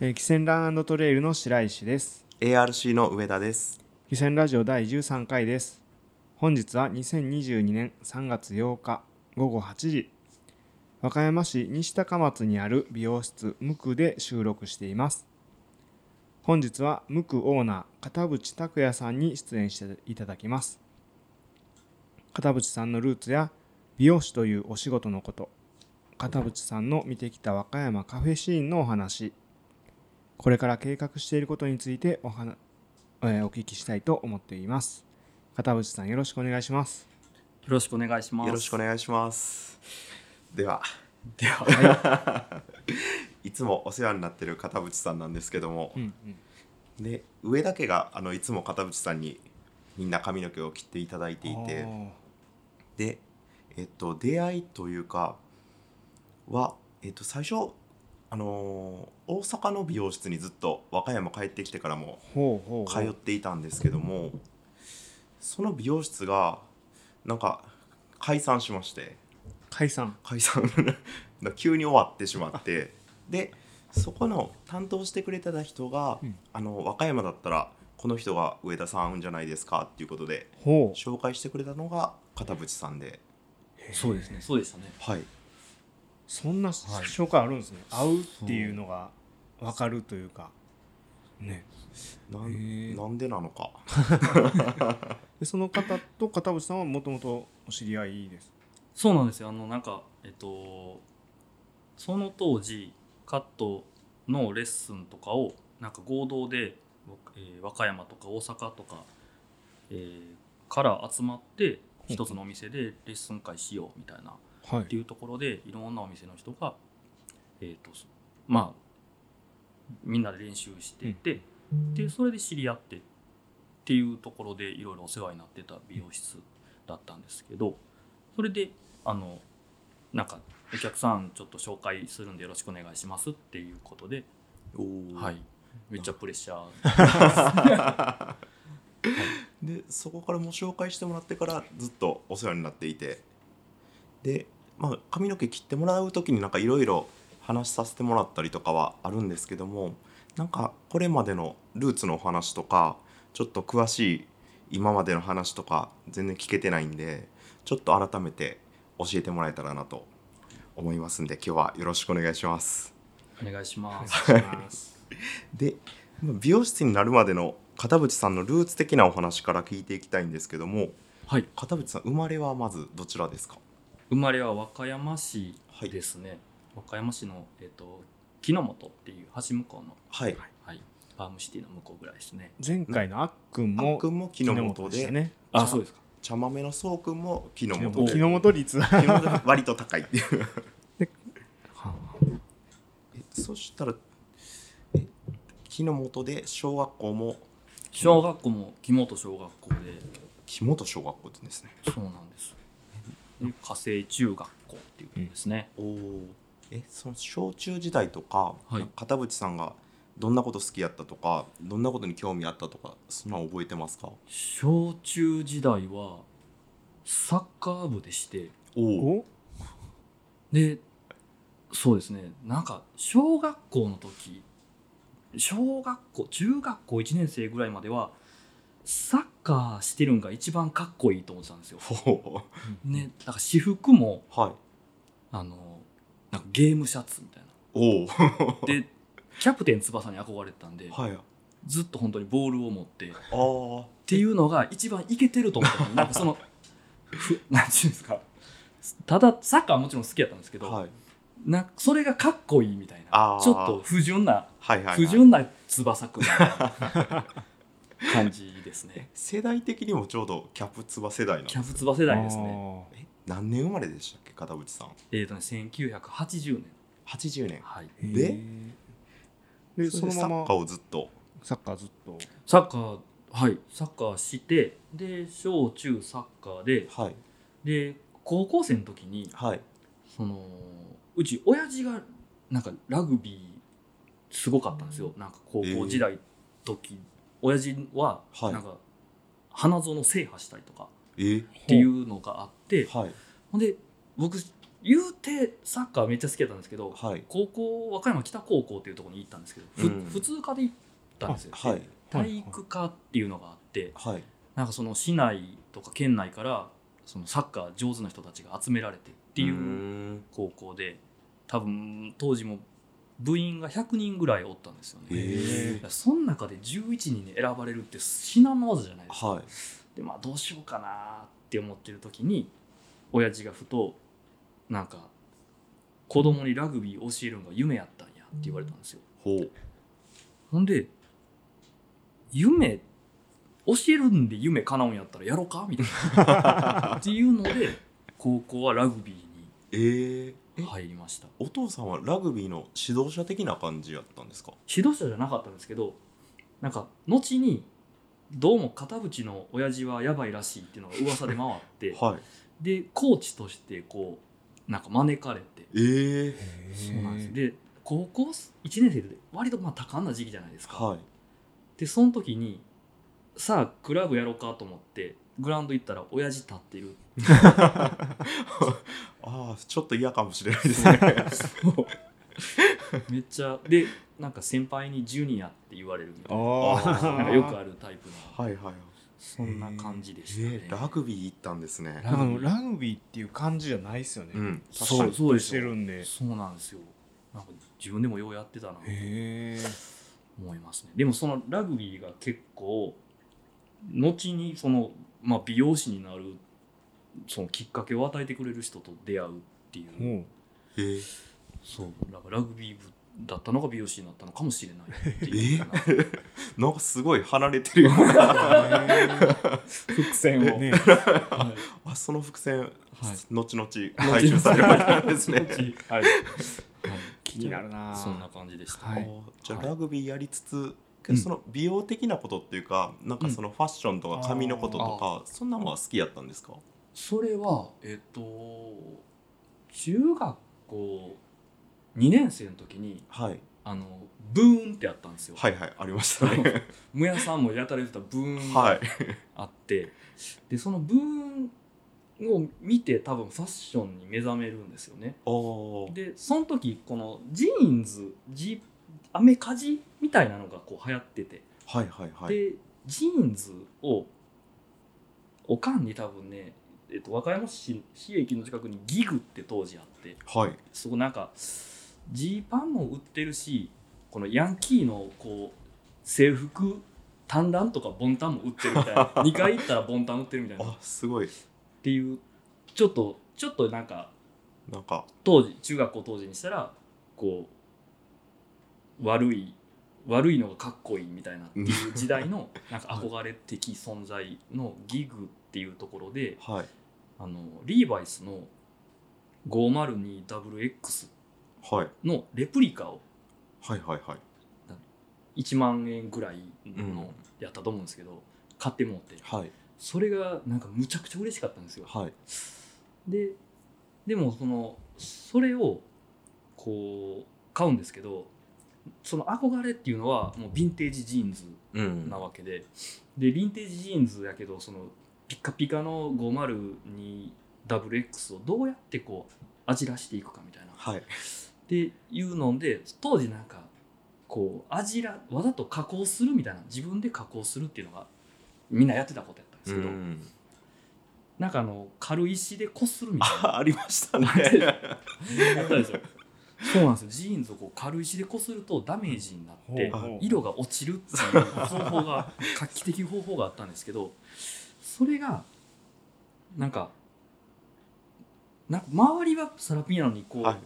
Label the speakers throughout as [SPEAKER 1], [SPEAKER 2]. [SPEAKER 1] えー、汽船ラントレイルの白石です
[SPEAKER 2] ARC の上田です。
[SPEAKER 1] 汽船ラジオ第13回です本日は2022年3月8日午後8時和歌山市西高松にある美容室ムクで収録しています本日はムクオーナー片渕拓也さんに出演していただきます片渕さんのルーツや美容師というお仕事のこと片渕さんの見てきた和歌山カフェシーンのお話これから計画していることについてお話えーお聞きしたいと思っています。片渕さんよろしくお願いします。
[SPEAKER 3] よろしくお願いします。
[SPEAKER 2] よろしくお願いします。では、
[SPEAKER 3] で は、
[SPEAKER 2] いつもお世話になってる片渕さんなんですけども
[SPEAKER 1] う、ん
[SPEAKER 2] で上田家があのいつも片渕さんにみんな髪の毛を切っていただいて
[SPEAKER 1] う
[SPEAKER 2] い
[SPEAKER 1] ん。
[SPEAKER 2] て、で、えっと、出会いというかは、えっと、最初、あのー大阪の美容室にずっと和歌山帰ってきてからも
[SPEAKER 1] ほうほう
[SPEAKER 2] 通
[SPEAKER 1] ほ
[SPEAKER 2] っ
[SPEAKER 1] う。
[SPEAKER 2] ていたんですけどもその美容室がなんか解散しまして
[SPEAKER 1] 解散。
[SPEAKER 2] 解散 急に終わってしまってでそこの担当してくれてた人が、
[SPEAKER 1] うん
[SPEAKER 2] あの和歌山だったらこの人が上田さんじゃないですかっていうことで
[SPEAKER 1] ほう。
[SPEAKER 2] 紹介してくれたのが片渕さんで
[SPEAKER 3] そうですね。そうでしたね。
[SPEAKER 2] はい
[SPEAKER 1] そんな紹介あるんですね。会うっていうのがわかるというか。ね。
[SPEAKER 2] なん,、
[SPEAKER 1] へー
[SPEAKER 2] なんでなのか
[SPEAKER 1] でその方と片渕さんはもともとお知り合いです。
[SPEAKER 3] そうなんですよ。あの、なんか、えっと、その当時、カットのレッスンとかを、なんか合同で、えー和歌山とか大阪とか、えーから集まって、
[SPEAKER 1] うん
[SPEAKER 3] 一つのお店でレッスン会しようみたいな、
[SPEAKER 1] は
[SPEAKER 3] って。いうところで、いろんなお店の人が、えっと、まあ、みんなで練習してて、でそれで知り合ってっていうところでいろいろお世話になってた美容室だったんですけどそれであのなんかお客さんちょっと紹介するんでよろしくお願いしますっていうことで、
[SPEAKER 2] おー
[SPEAKER 3] はい、めっちゃプレッシャー
[SPEAKER 2] でそこからもう紹介してもらってからずっとお世話になっていてで、まあ、髪の毛切ってもらう時になんかいろいろ話させてもらったりとかはあるんですけどもなんかこれまでのルーツのお話とかちょっと詳しい今までの話とか全然聞けてないんでちょっと改めて教えてもらえたらなと思いますんで今日はよろしくお願いします。
[SPEAKER 3] お願いし
[SPEAKER 1] お願
[SPEAKER 3] ま
[SPEAKER 1] い
[SPEAKER 3] す。
[SPEAKER 1] します。
[SPEAKER 2] でまあ美容室になるまでの片渕さんのルーツ的なお話から聞いていきたいんですけども
[SPEAKER 3] はい、
[SPEAKER 2] 片渕さん生まれはまずどちらですか
[SPEAKER 3] 生まれは和歌山市ですね、和歌山市の、えっと木の本っていう橋向こうの、
[SPEAKER 2] はい
[SPEAKER 3] はい、ファームシティの向こうぐらいですね。
[SPEAKER 1] 前回のあっくん
[SPEAKER 2] あっ
[SPEAKER 1] も
[SPEAKER 2] くんも木の元
[SPEAKER 1] 木した
[SPEAKER 2] で
[SPEAKER 1] ね。
[SPEAKER 2] あそうです
[SPEAKER 3] か
[SPEAKER 2] 茶豆のそうくんも木の元で
[SPEAKER 1] 木の元率は。
[SPEAKER 2] 木の元割と 高いっていうえそしたらえ木の元で小学校も
[SPEAKER 3] 小学校も木本小学校で
[SPEAKER 2] 木本小学校ですね
[SPEAKER 3] そうなんです。で火星中学校っていうことですね。
[SPEAKER 2] おおえその小中時代とか、
[SPEAKER 3] はい
[SPEAKER 2] 片渕さんがどんなこと好きやったとかどんなことに興味あったとかそんなん覚えてますか
[SPEAKER 3] 小中時代はサッカー部でして、
[SPEAKER 2] おお
[SPEAKER 1] お
[SPEAKER 3] で、そうですね、なんか小学校の時、小学校、中学校1年生ぐらいまでは、サッカーしてるんが一番かっこいいと思ってたんですよ。
[SPEAKER 2] ほ
[SPEAKER 3] ね、なんか私服も、
[SPEAKER 2] う はい
[SPEAKER 3] あの、なんかゲームシャツみたいな。
[SPEAKER 2] おお
[SPEAKER 3] で、キャプテン翼に憧れてたんで、
[SPEAKER 2] はいあ
[SPEAKER 3] ずっと本当にボールを持って、
[SPEAKER 2] あー
[SPEAKER 3] っていうのが一番いけてると思ったのなんかそのふなんていうんですかただサッカーはもちろん好きやったんですけど、
[SPEAKER 2] はい
[SPEAKER 3] なんかそれがかっこいいみたい
[SPEAKER 2] あ
[SPEAKER 3] な
[SPEAKER 2] ー
[SPEAKER 3] ちょっと不純な
[SPEAKER 2] はいはい、はい、
[SPEAKER 3] 不純な翼くんみたいな感じです ね
[SPEAKER 2] 世代的にもちょうどキャプツバ世代なんで
[SPEAKER 3] キ
[SPEAKER 2] す
[SPEAKER 3] ャプツバ世代ですね
[SPEAKER 1] ね。
[SPEAKER 2] え何年生まれでしたっけ片渕さん
[SPEAKER 3] えっ、とね1980年
[SPEAKER 2] 80年
[SPEAKER 3] はい
[SPEAKER 1] へ
[SPEAKER 2] で
[SPEAKER 1] ーで
[SPEAKER 2] そ
[SPEAKER 1] そ
[SPEAKER 2] れ
[SPEAKER 1] の
[SPEAKER 2] でサ
[SPEAKER 1] ま
[SPEAKER 2] ッ
[SPEAKER 1] ま
[SPEAKER 2] カーをずっと
[SPEAKER 1] サッカーずっと
[SPEAKER 3] サッカーはいサッカーしてで小中サッカーで
[SPEAKER 2] はい
[SPEAKER 3] で高校生の時に
[SPEAKER 2] はい
[SPEAKER 3] そのうち親父がなんかラグビーすごかったんですよなんか高校時代時、親父は
[SPEAKER 2] はい
[SPEAKER 3] なんか花園制覇したりとか
[SPEAKER 2] え
[SPEAKER 3] っていうのがあって、
[SPEAKER 2] はい
[SPEAKER 3] ほんで僕言うてサッカーめっちゃ好きだったんですけど、
[SPEAKER 2] はい
[SPEAKER 3] 高校和歌山北高校っていうところに行ったんですけど、ふ
[SPEAKER 2] うん
[SPEAKER 3] 普通科で行ったんですよ、
[SPEAKER 2] はい
[SPEAKER 3] 体育科っていうのがあって
[SPEAKER 2] はい
[SPEAKER 3] なんかその市内とか県内からそのサッカー上手な人たちが集められてっていう
[SPEAKER 2] ー
[SPEAKER 3] うん高校で多分当時も部員が100人ぐらいおったんですよ
[SPEAKER 2] へ
[SPEAKER 3] ね。
[SPEAKER 2] え
[SPEAKER 3] その中で11人に選ばれるって至難の業じゃないですか
[SPEAKER 2] はい
[SPEAKER 3] でまあどうしようかなって思ってる時に親父がふとなんか子供にラグビー教えるのが夢やったんやって言われたんですよ
[SPEAKER 2] ほう
[SPEAKER 3] ほんで夢教えるんで夢叶うんやったらやろうかみたいな っていうので高校はラグビ
[SPEAKER 2] えー、
[SPEAKER 3] ー
[SPEAKER 2] え
[SPEAKER 3] に入りました
[SPEAKER 2] お父さんはラグビーの指導者的な感じやったんですか
[SPEAKER 3] 指導者じゃなかったんですけどなんか後にどうも片渕の親父はやばいらしいっていうのが噂で回って
[SPEAKER 2] はい
[SPEAKER 3] でコーチとしてこうなんか招かれて
[SPEAKER 2] えー、
[SPEAKER 3] そうなんですで高校1年生で割とまあ多感な時期じゃないですか、
[SPEAKER 2] はい
[SPEAKER 3] でその時にさあクラブやろうかと思ってグラウンド行ったら親父立ってる
[SPEAKER 2] ああちょっと嫌かもしれないです ね
[SPEAKER 3] めっち ゃでなんか先輩にジュニアって言われるみたいな
[SPEAKER 1] あ
[SPEAKER 3] なんかよくあるタイプの
[SPEAKER 2] はいはいはい
[SPEAKER 3] そんな感じで
[SPEAKER 2] え
[SPEAKER 3] したね、
[SPEAKER 2] ー、ラグビー行ったんですね
[SPEAKER 1] あのラグビーっていう感じじゃないですよね、
[SPEAKER 2] うん確
[SPEAKER 3] そ
[SPEAKER 2] か
[SPEAKER 3] う
[SPEAKER 2] に
[SPEAKER 1] そうしてるんでへ
[SPEAKER 3] そうなんですよなんか自分でもようやってたなと
[SPEAKER 1] え
[SPEAKER 3] 思いますねでもそのラグビーが結構後にその、まあ、美容師になるそのきっかけを与えてくれる人と出会うっていう、
[SPEAKER 1] も
[SPEAKER 2] えー
[SPEAKER 3] そうなんかラグビー部だったのが美容師になったのかもしれないっていう
[SPEAKER 2] なんかすごい離れてるような
[SPEAKER 1] う
[SPEAKER 3] 伏線
[SPEAKER 1] ね
[SPEAKER 3] を、
[SPEAKER 1] ね
[SPEAKER 3] はい
[SPEAKER 2] あその伏線、
[SPEAKER 3] はい
[SPEAKER 2] 後々回収されるわけなんですね
[SPEAKER 3] はい、
[SPEAKER 1] 気になるな
[SPEAKER 3] そんな感じでした、
[SPEAKER 1] はい
[SPEAKER 2] おーじゃあ
[SPEAKER 3] はい
[SPEAKER 2] ラグビーやりつつ、
[SPEAKER 3] うん
[SPEAKER 2] その美容的なことっていうかなんかそのファッションと
[SPEAKER 1] うん
[SPEAKER 2] か髪のこととか、そんなのは好きやったんですか
[SPEAKER 3] それはえっ、と中学校2年生の時に
[SPEAKER 2] はい
[SPEAKER 3] あのブーンってあったんですよ、
[SPEAKER 2] はいはいありましたね
[SPEAKER 3] むやさんもやたら言ってたブーン
[SPEAKER 2] は
[SPEAKER 3] が
[SPEAKER 2] い
[SPEAKER 3] あって、でそのブーンを見て多分ファッションに目覚めるんですよね
[SPEAKER 2] おおー
[SPEAKER 3] でその時このジーンズジアメカジみたいなのがこう流行ってて、
[SPEAKER 2] はいはいはい
[SPEAKER 3] でジーンズをおかんに多分ね、えっと、和歌山市市駅の近くにギグって当時あって
[SPEAKER 2] はい
[SPEAKER 3] そこなんかジーパンも売ってるしこのヤンキーのこう制服短ランとかボンタンも売ってるみたいな2回行ったらボンタン売ってるみたいなっ
[SPEAKER 2] あすごい
[SPEAKER 3] ていうちょっとちょっとなんか
[SPEAKER 2] なんか
[SPEAKER 3] 当時中学校当時にしたらこう悪い悪いのがかっこいいみたいなっていう時代のなんか憧れ的存在のギグっていうところで
[SPEAKER 2] はい
[SPEAKER 3] あのリーバイスの 502WX
[SPEAKER 2] はい
[SPEAKER 3] のレプリカを
[SPEAKER 2] はいはいはい
[SPEAKER 3] 1万円ぐらい
[SPEAKER 2] うん
[SPEAKER 3] のやったと思うんですけど、買ってもって
[SPEAKER 2] はい
[SPEAKER 3] それがなんかむちゃくちゃ嬉しかったんですよ
[SPEAKER 2] はい
[SPEAKER 3] ででもそのそれをこう買うんですけどその憧れっていうのはもうヴィンテージジーンズ
[SPEAKER 2] うん
[SPEAKER 3] なわけで、でヴィンテージジーンズやけどそのピッカピカの 502WX をどうやってこう味らしていくかみたいな
[SPEAKER 2] はい
[SPEAKER 3] っていうので当時なんかこう味らわざと加工するみたいな自分で加工するっていうのがみんなやってたことやったんですけど、
[SPEAKER 2] うん
[SPEAKER 3] なんかあの軽石でこするみたいな
[SPEAKER 2] あありましたね
[SPEAKER 3] やったでしょそうなんですよジーンズをこう軽石でこするとダメージになって
[SPEAKER 1] ほうほう
[SPEAKER 3] 色が落ちるっていう方法が画期的方法があったんですけどそれがなんかなんか周りはサラピーなのにこう、
[SPEAKER 2] はい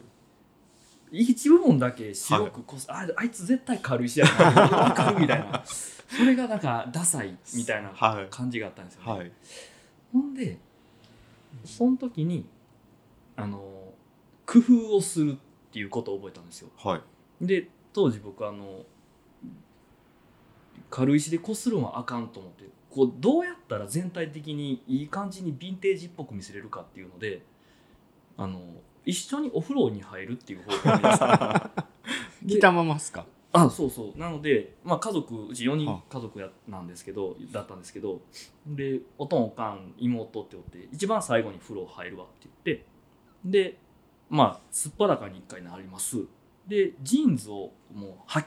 [SPEAKER 3] 一部分だけ白くこす、ああいつ絶対軽石やなわかるみたいなそれがなんかダサいみたいな
[SPEAKER 2] はい
[SPEAKER 3] 感じがあったんですよね。
[SPEAKER 2] はい
[SPEAKER 3] ほんでその時にあの工夫をするっていうことを覚えたんですよ
[SPEAKER 2] はい
[SPEAKER 3] で当時僕あの軽石でこするんはあかんと思ってこうどうやったら全体的にいい感じにヴィンテージっぽく見せれるかっていうのであの一緒にお風呂に入るっていう方法を見つけた
[SPEAKER 1] 来たまますか
[SPEAKER 3] あそうそうなので、まあ、家族うち4人
[SPEAKER 1] は
[SPEAKER 3] 家族やなんですけどだったんですけどでおとんおかん妹っておって一番最後に風呂入るわって言ってでまあすっぱだかに1回なりますでジーンズをもうは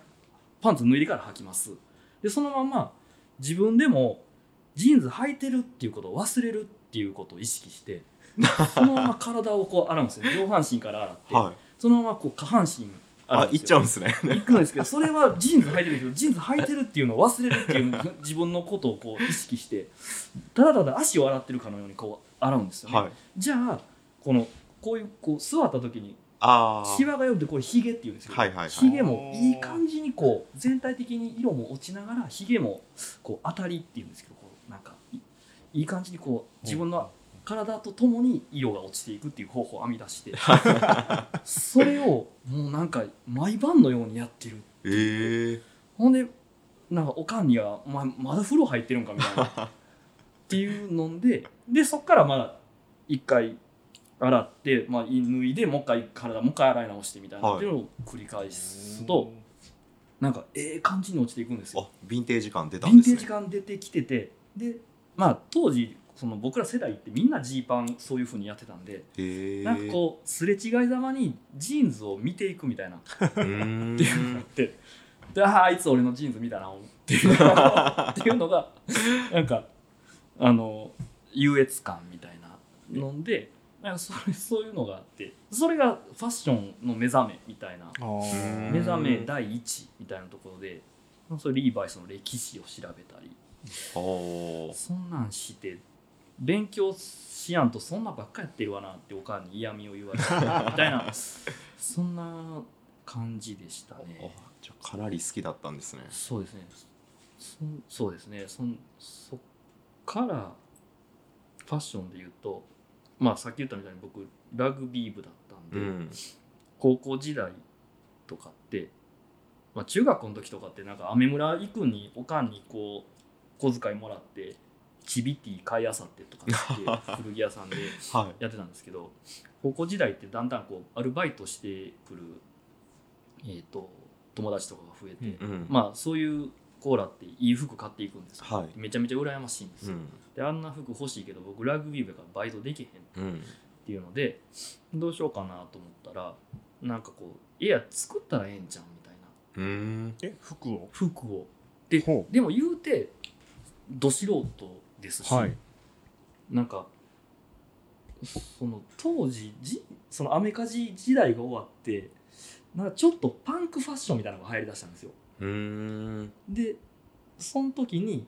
[SPEAKER 3] パンツ脱いでから履きますでそのまま自分でもジーンズ履いてるっていうことを忘れるっていうことを意識して そのまま体をこう洗うんですよ上半身から洗って、
[SPEAKER 2] はい。
[SPEAKER 3] そのままこう下半身洗
[SPEAKER 2] あ
[SPEAKER 3] う、ん
[SPEAKER 2] 行
[SPEAKER 3] で
[SPEAKER 2] っ
[SPEAKER 3] す
[SPEAKER 2] ちゃ
[SPEAKER 3] よ
[SPEAKER 2] うんですね。
[SPEAKER 3] 行くんですけどそれはジーンズ履いてるけどジーンズ履いてるっていうのを忘れるっていう自分のことをこう意識してただただ足を洗ってるかのようにこう洗うんですよね、
[SPEAKER 2] はい。
[SPEAKER 3] じゃあこのこういうこう座った時に
[SPEAKER 2] ああ。
[SPEAKER 3] シワがよくてこれヒゲっていうんですけど、
[SPEAKER 2] はいはいはい
[SPEAKER 3] ヒゲもいい感じにこう全体的に色も落ちながらヒゲもこう当たりっていうんですけどこうなんかいいい感じにこう自分の体とともに色が落ちていくっていう方法を編み 出してそれをもうなんか毎晩のようにやってる
[SPEAKER 2] ええー。
[SPEAKER 3] ほんでなんかおかんには「お前まだ風呂入ってるんか」みたい なっていうのででそっからまあ一回洗って、まあ、脱いでもう一回体もう一回洗い直してみたいな
[SPEAKER 2] はい
[SPEAKER 3] っていうのを繰り返すと、なんかええ感じに落ちていくんですよ。
[SPEAKER 2] あ、ヴィンテージ感出
[SPEAKER 3] ヴ
[SPEAKER 2] た
[SPEAKER 3] ィ
[SPEAKER 2] ん
[SPEAKER 3] ン
[SPEAKER 2] で
[SPEAKER 3] テ
[SPEAKER 2] す
[SPEAKER 3] ー
[SPEAKER 2] ね。
[SPEAKER 3] ジ感出てきててでまあ当時その僕ら世代ってみんなジーパンそういうふうにやってたんで、
[SPEAKER 2] ええー。
[SPEAKER 3] なんかこうすれ違いざまにジーンズを見ていくみたいな
[SPEAKER 2] うー ん。
[SPEAKER 3] ってであーあいつ俺のジーンズ見たなっていうのがっていうのがなんかあの優越感みたいなのでなんかそれそういうのがあってそれがファッションの目覚めみたいな
[SPEAKER 1] あー
[SPEAKER 3] 目覚め第一みたいなところでそれリーバイスの歴史を調べたり
[SPEAKER 2] おお。
[SPEAKER 3] そんなんして勉強しやんとそんなばっかやってるわなっておかんに嫌味を言われたみた いなそんな感じでしたね。
[SPEAKER 2] あじゃあかなり好きだったんですね。
[SPEAKER 3] そうですねそそうですねそんそっからファッションで言うとまあさっき言ったみたいに僕ラグビー部だったんで、
[SPEAKER 2] うん。
[SPEAKER 3] 高校時代とかって、まあ、中学校の時とかってなんか雨村行くんにおかんにこう小遣いもらってチビティ買いあさってとかって古着屋さんで
[SPEAKER 2] は
[SPEAKER 3] やってたんですけど高校時代ってだんだんこうアルバイトしてくる、えー、と友達とかが増えて、
[SPEAKER 1] うん
[SPEAKER 2] い。うん。
[SPEAKER 3] まあそういうコーラっていい服買っていくんですよ、
[SPEAKER 2] はい
[SPEAKER 3] めちゃめちゃ羨ましいんです
[SPEAKER 2] う
[SPEAKER 3] よ、
[SPEAKER 2] ん。
[SPEAKER 3] であんな服欲しいけど僕ラグビー部やからバイトできへんっ
[SPEAKER 2] うん。
[SPEAKER 3] ていうのでどうしようかなと思ったらなんかこういや作ったらええんじゃんみたいな
[SPEAKER 2] うーん。
[SPEAKER 1] え服を
[SPEAKER 3] 服をで
[SPEAKER 1] ほう
[SPEAKER 3] でも言うてど素人ですし、
[SPEAKER 1] はい
[SPEAKER 3] なんかその当時じそのアメカジ時代が終わってなんかちょっとパンクファッションみたいなのが流行りだしたんですよ
[SPEAKER 2] うーん。
[SPEAKER 3] でその時に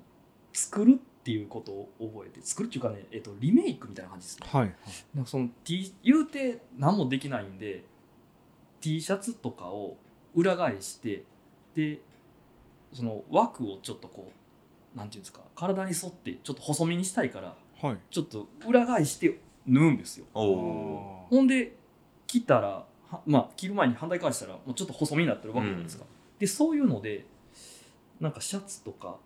[SPEAKER 3] 作るっていうことを覚えて作るっていうかね、えっとリメイクみたいな感じですね
[SPEAKER 1] はい
[SPEAKER 3] なんかその T 言うて何もできないんで T シャツとかを裏返してでその枠をちょっとこうなんていうんですか体に沿ってちょっと細身にしたいから
[SPEAKER 1] はい
[SPEAKER 3] ちょっと裏返して縫うんですよ
[SPEAKER 2] おお。
[SPEAKER 1] あー
[SPEAKER 3] ほんで切ったらはまあ切る前に反対返したらもうちょっと細身になってるわけじゃないですか、でそういうのでなんかシャツとか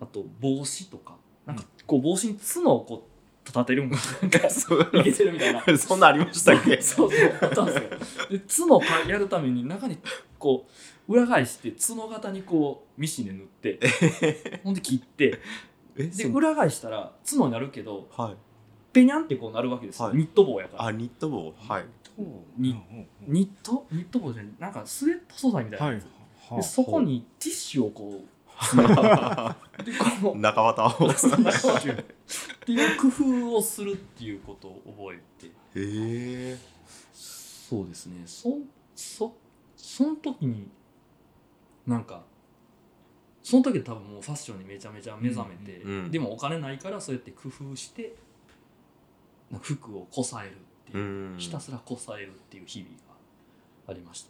[SPEAKER 3] あと帽子とかなんかこう帽子に角をこう立てるんがなん か
[SPEAKER 2] そう
[SPEAKER 3] いけてるみたいな
[SPEAKER 2] そんなんありましたっけ
[SPEAKER 3] そうそうあったんですよで角をやるために中にこう裏返して角型にこうミシンで縫ってほんで切って
[SPEAKER 2] え
[SPEAKER 3] で
[SPEAKER 2] その
[SPEAKER 3] 裏返したら角になるけど
[SPEAKER 2] はい。
[SPEAKER 3] ペニャンってこうなるわけですよ、
[SPEAKER 2] はい
[SPEAKER 3] ニット帽やから
[SPEAKER 2] あ、ニット帽。はい。
[SPEAKER 3] に
[SPEAKER 1] うんうんうん
[SPEAKER 3] ニットニット帽じゃないなんかスウェット素材みたいな
[SPEAKER 1] は
[SPEAKER 3] や
[SPEAKER 1] い
[SPEAKER 3] つ、
[SPEAKER 1] は
[SPEAKER 3] で
[SPEAKER 1] あ
[SPEAKER 3] そこにティッシュをこうでこの
[SPEAKER 2] 中 綿を。
[SPEAKER 3] っていう工夫をするっていうことを覚えて
[SPEAKER 2] へえ。
[SPEAKER 3] そうですねそそその時になんかその時で多分もうファッションにめちゃめちゃ目覚めて、
[SPEAKER 2] うんうん
[SPEAKER 3] でもお金ないからそうやって工夫してなんか服をこさえるって
[SPEAKER 2] う
[SPEAKER 3] いう、
[SPEAKER 2] ん。
[SPEAKER 3] ひたすらこさえるっていう日々がありました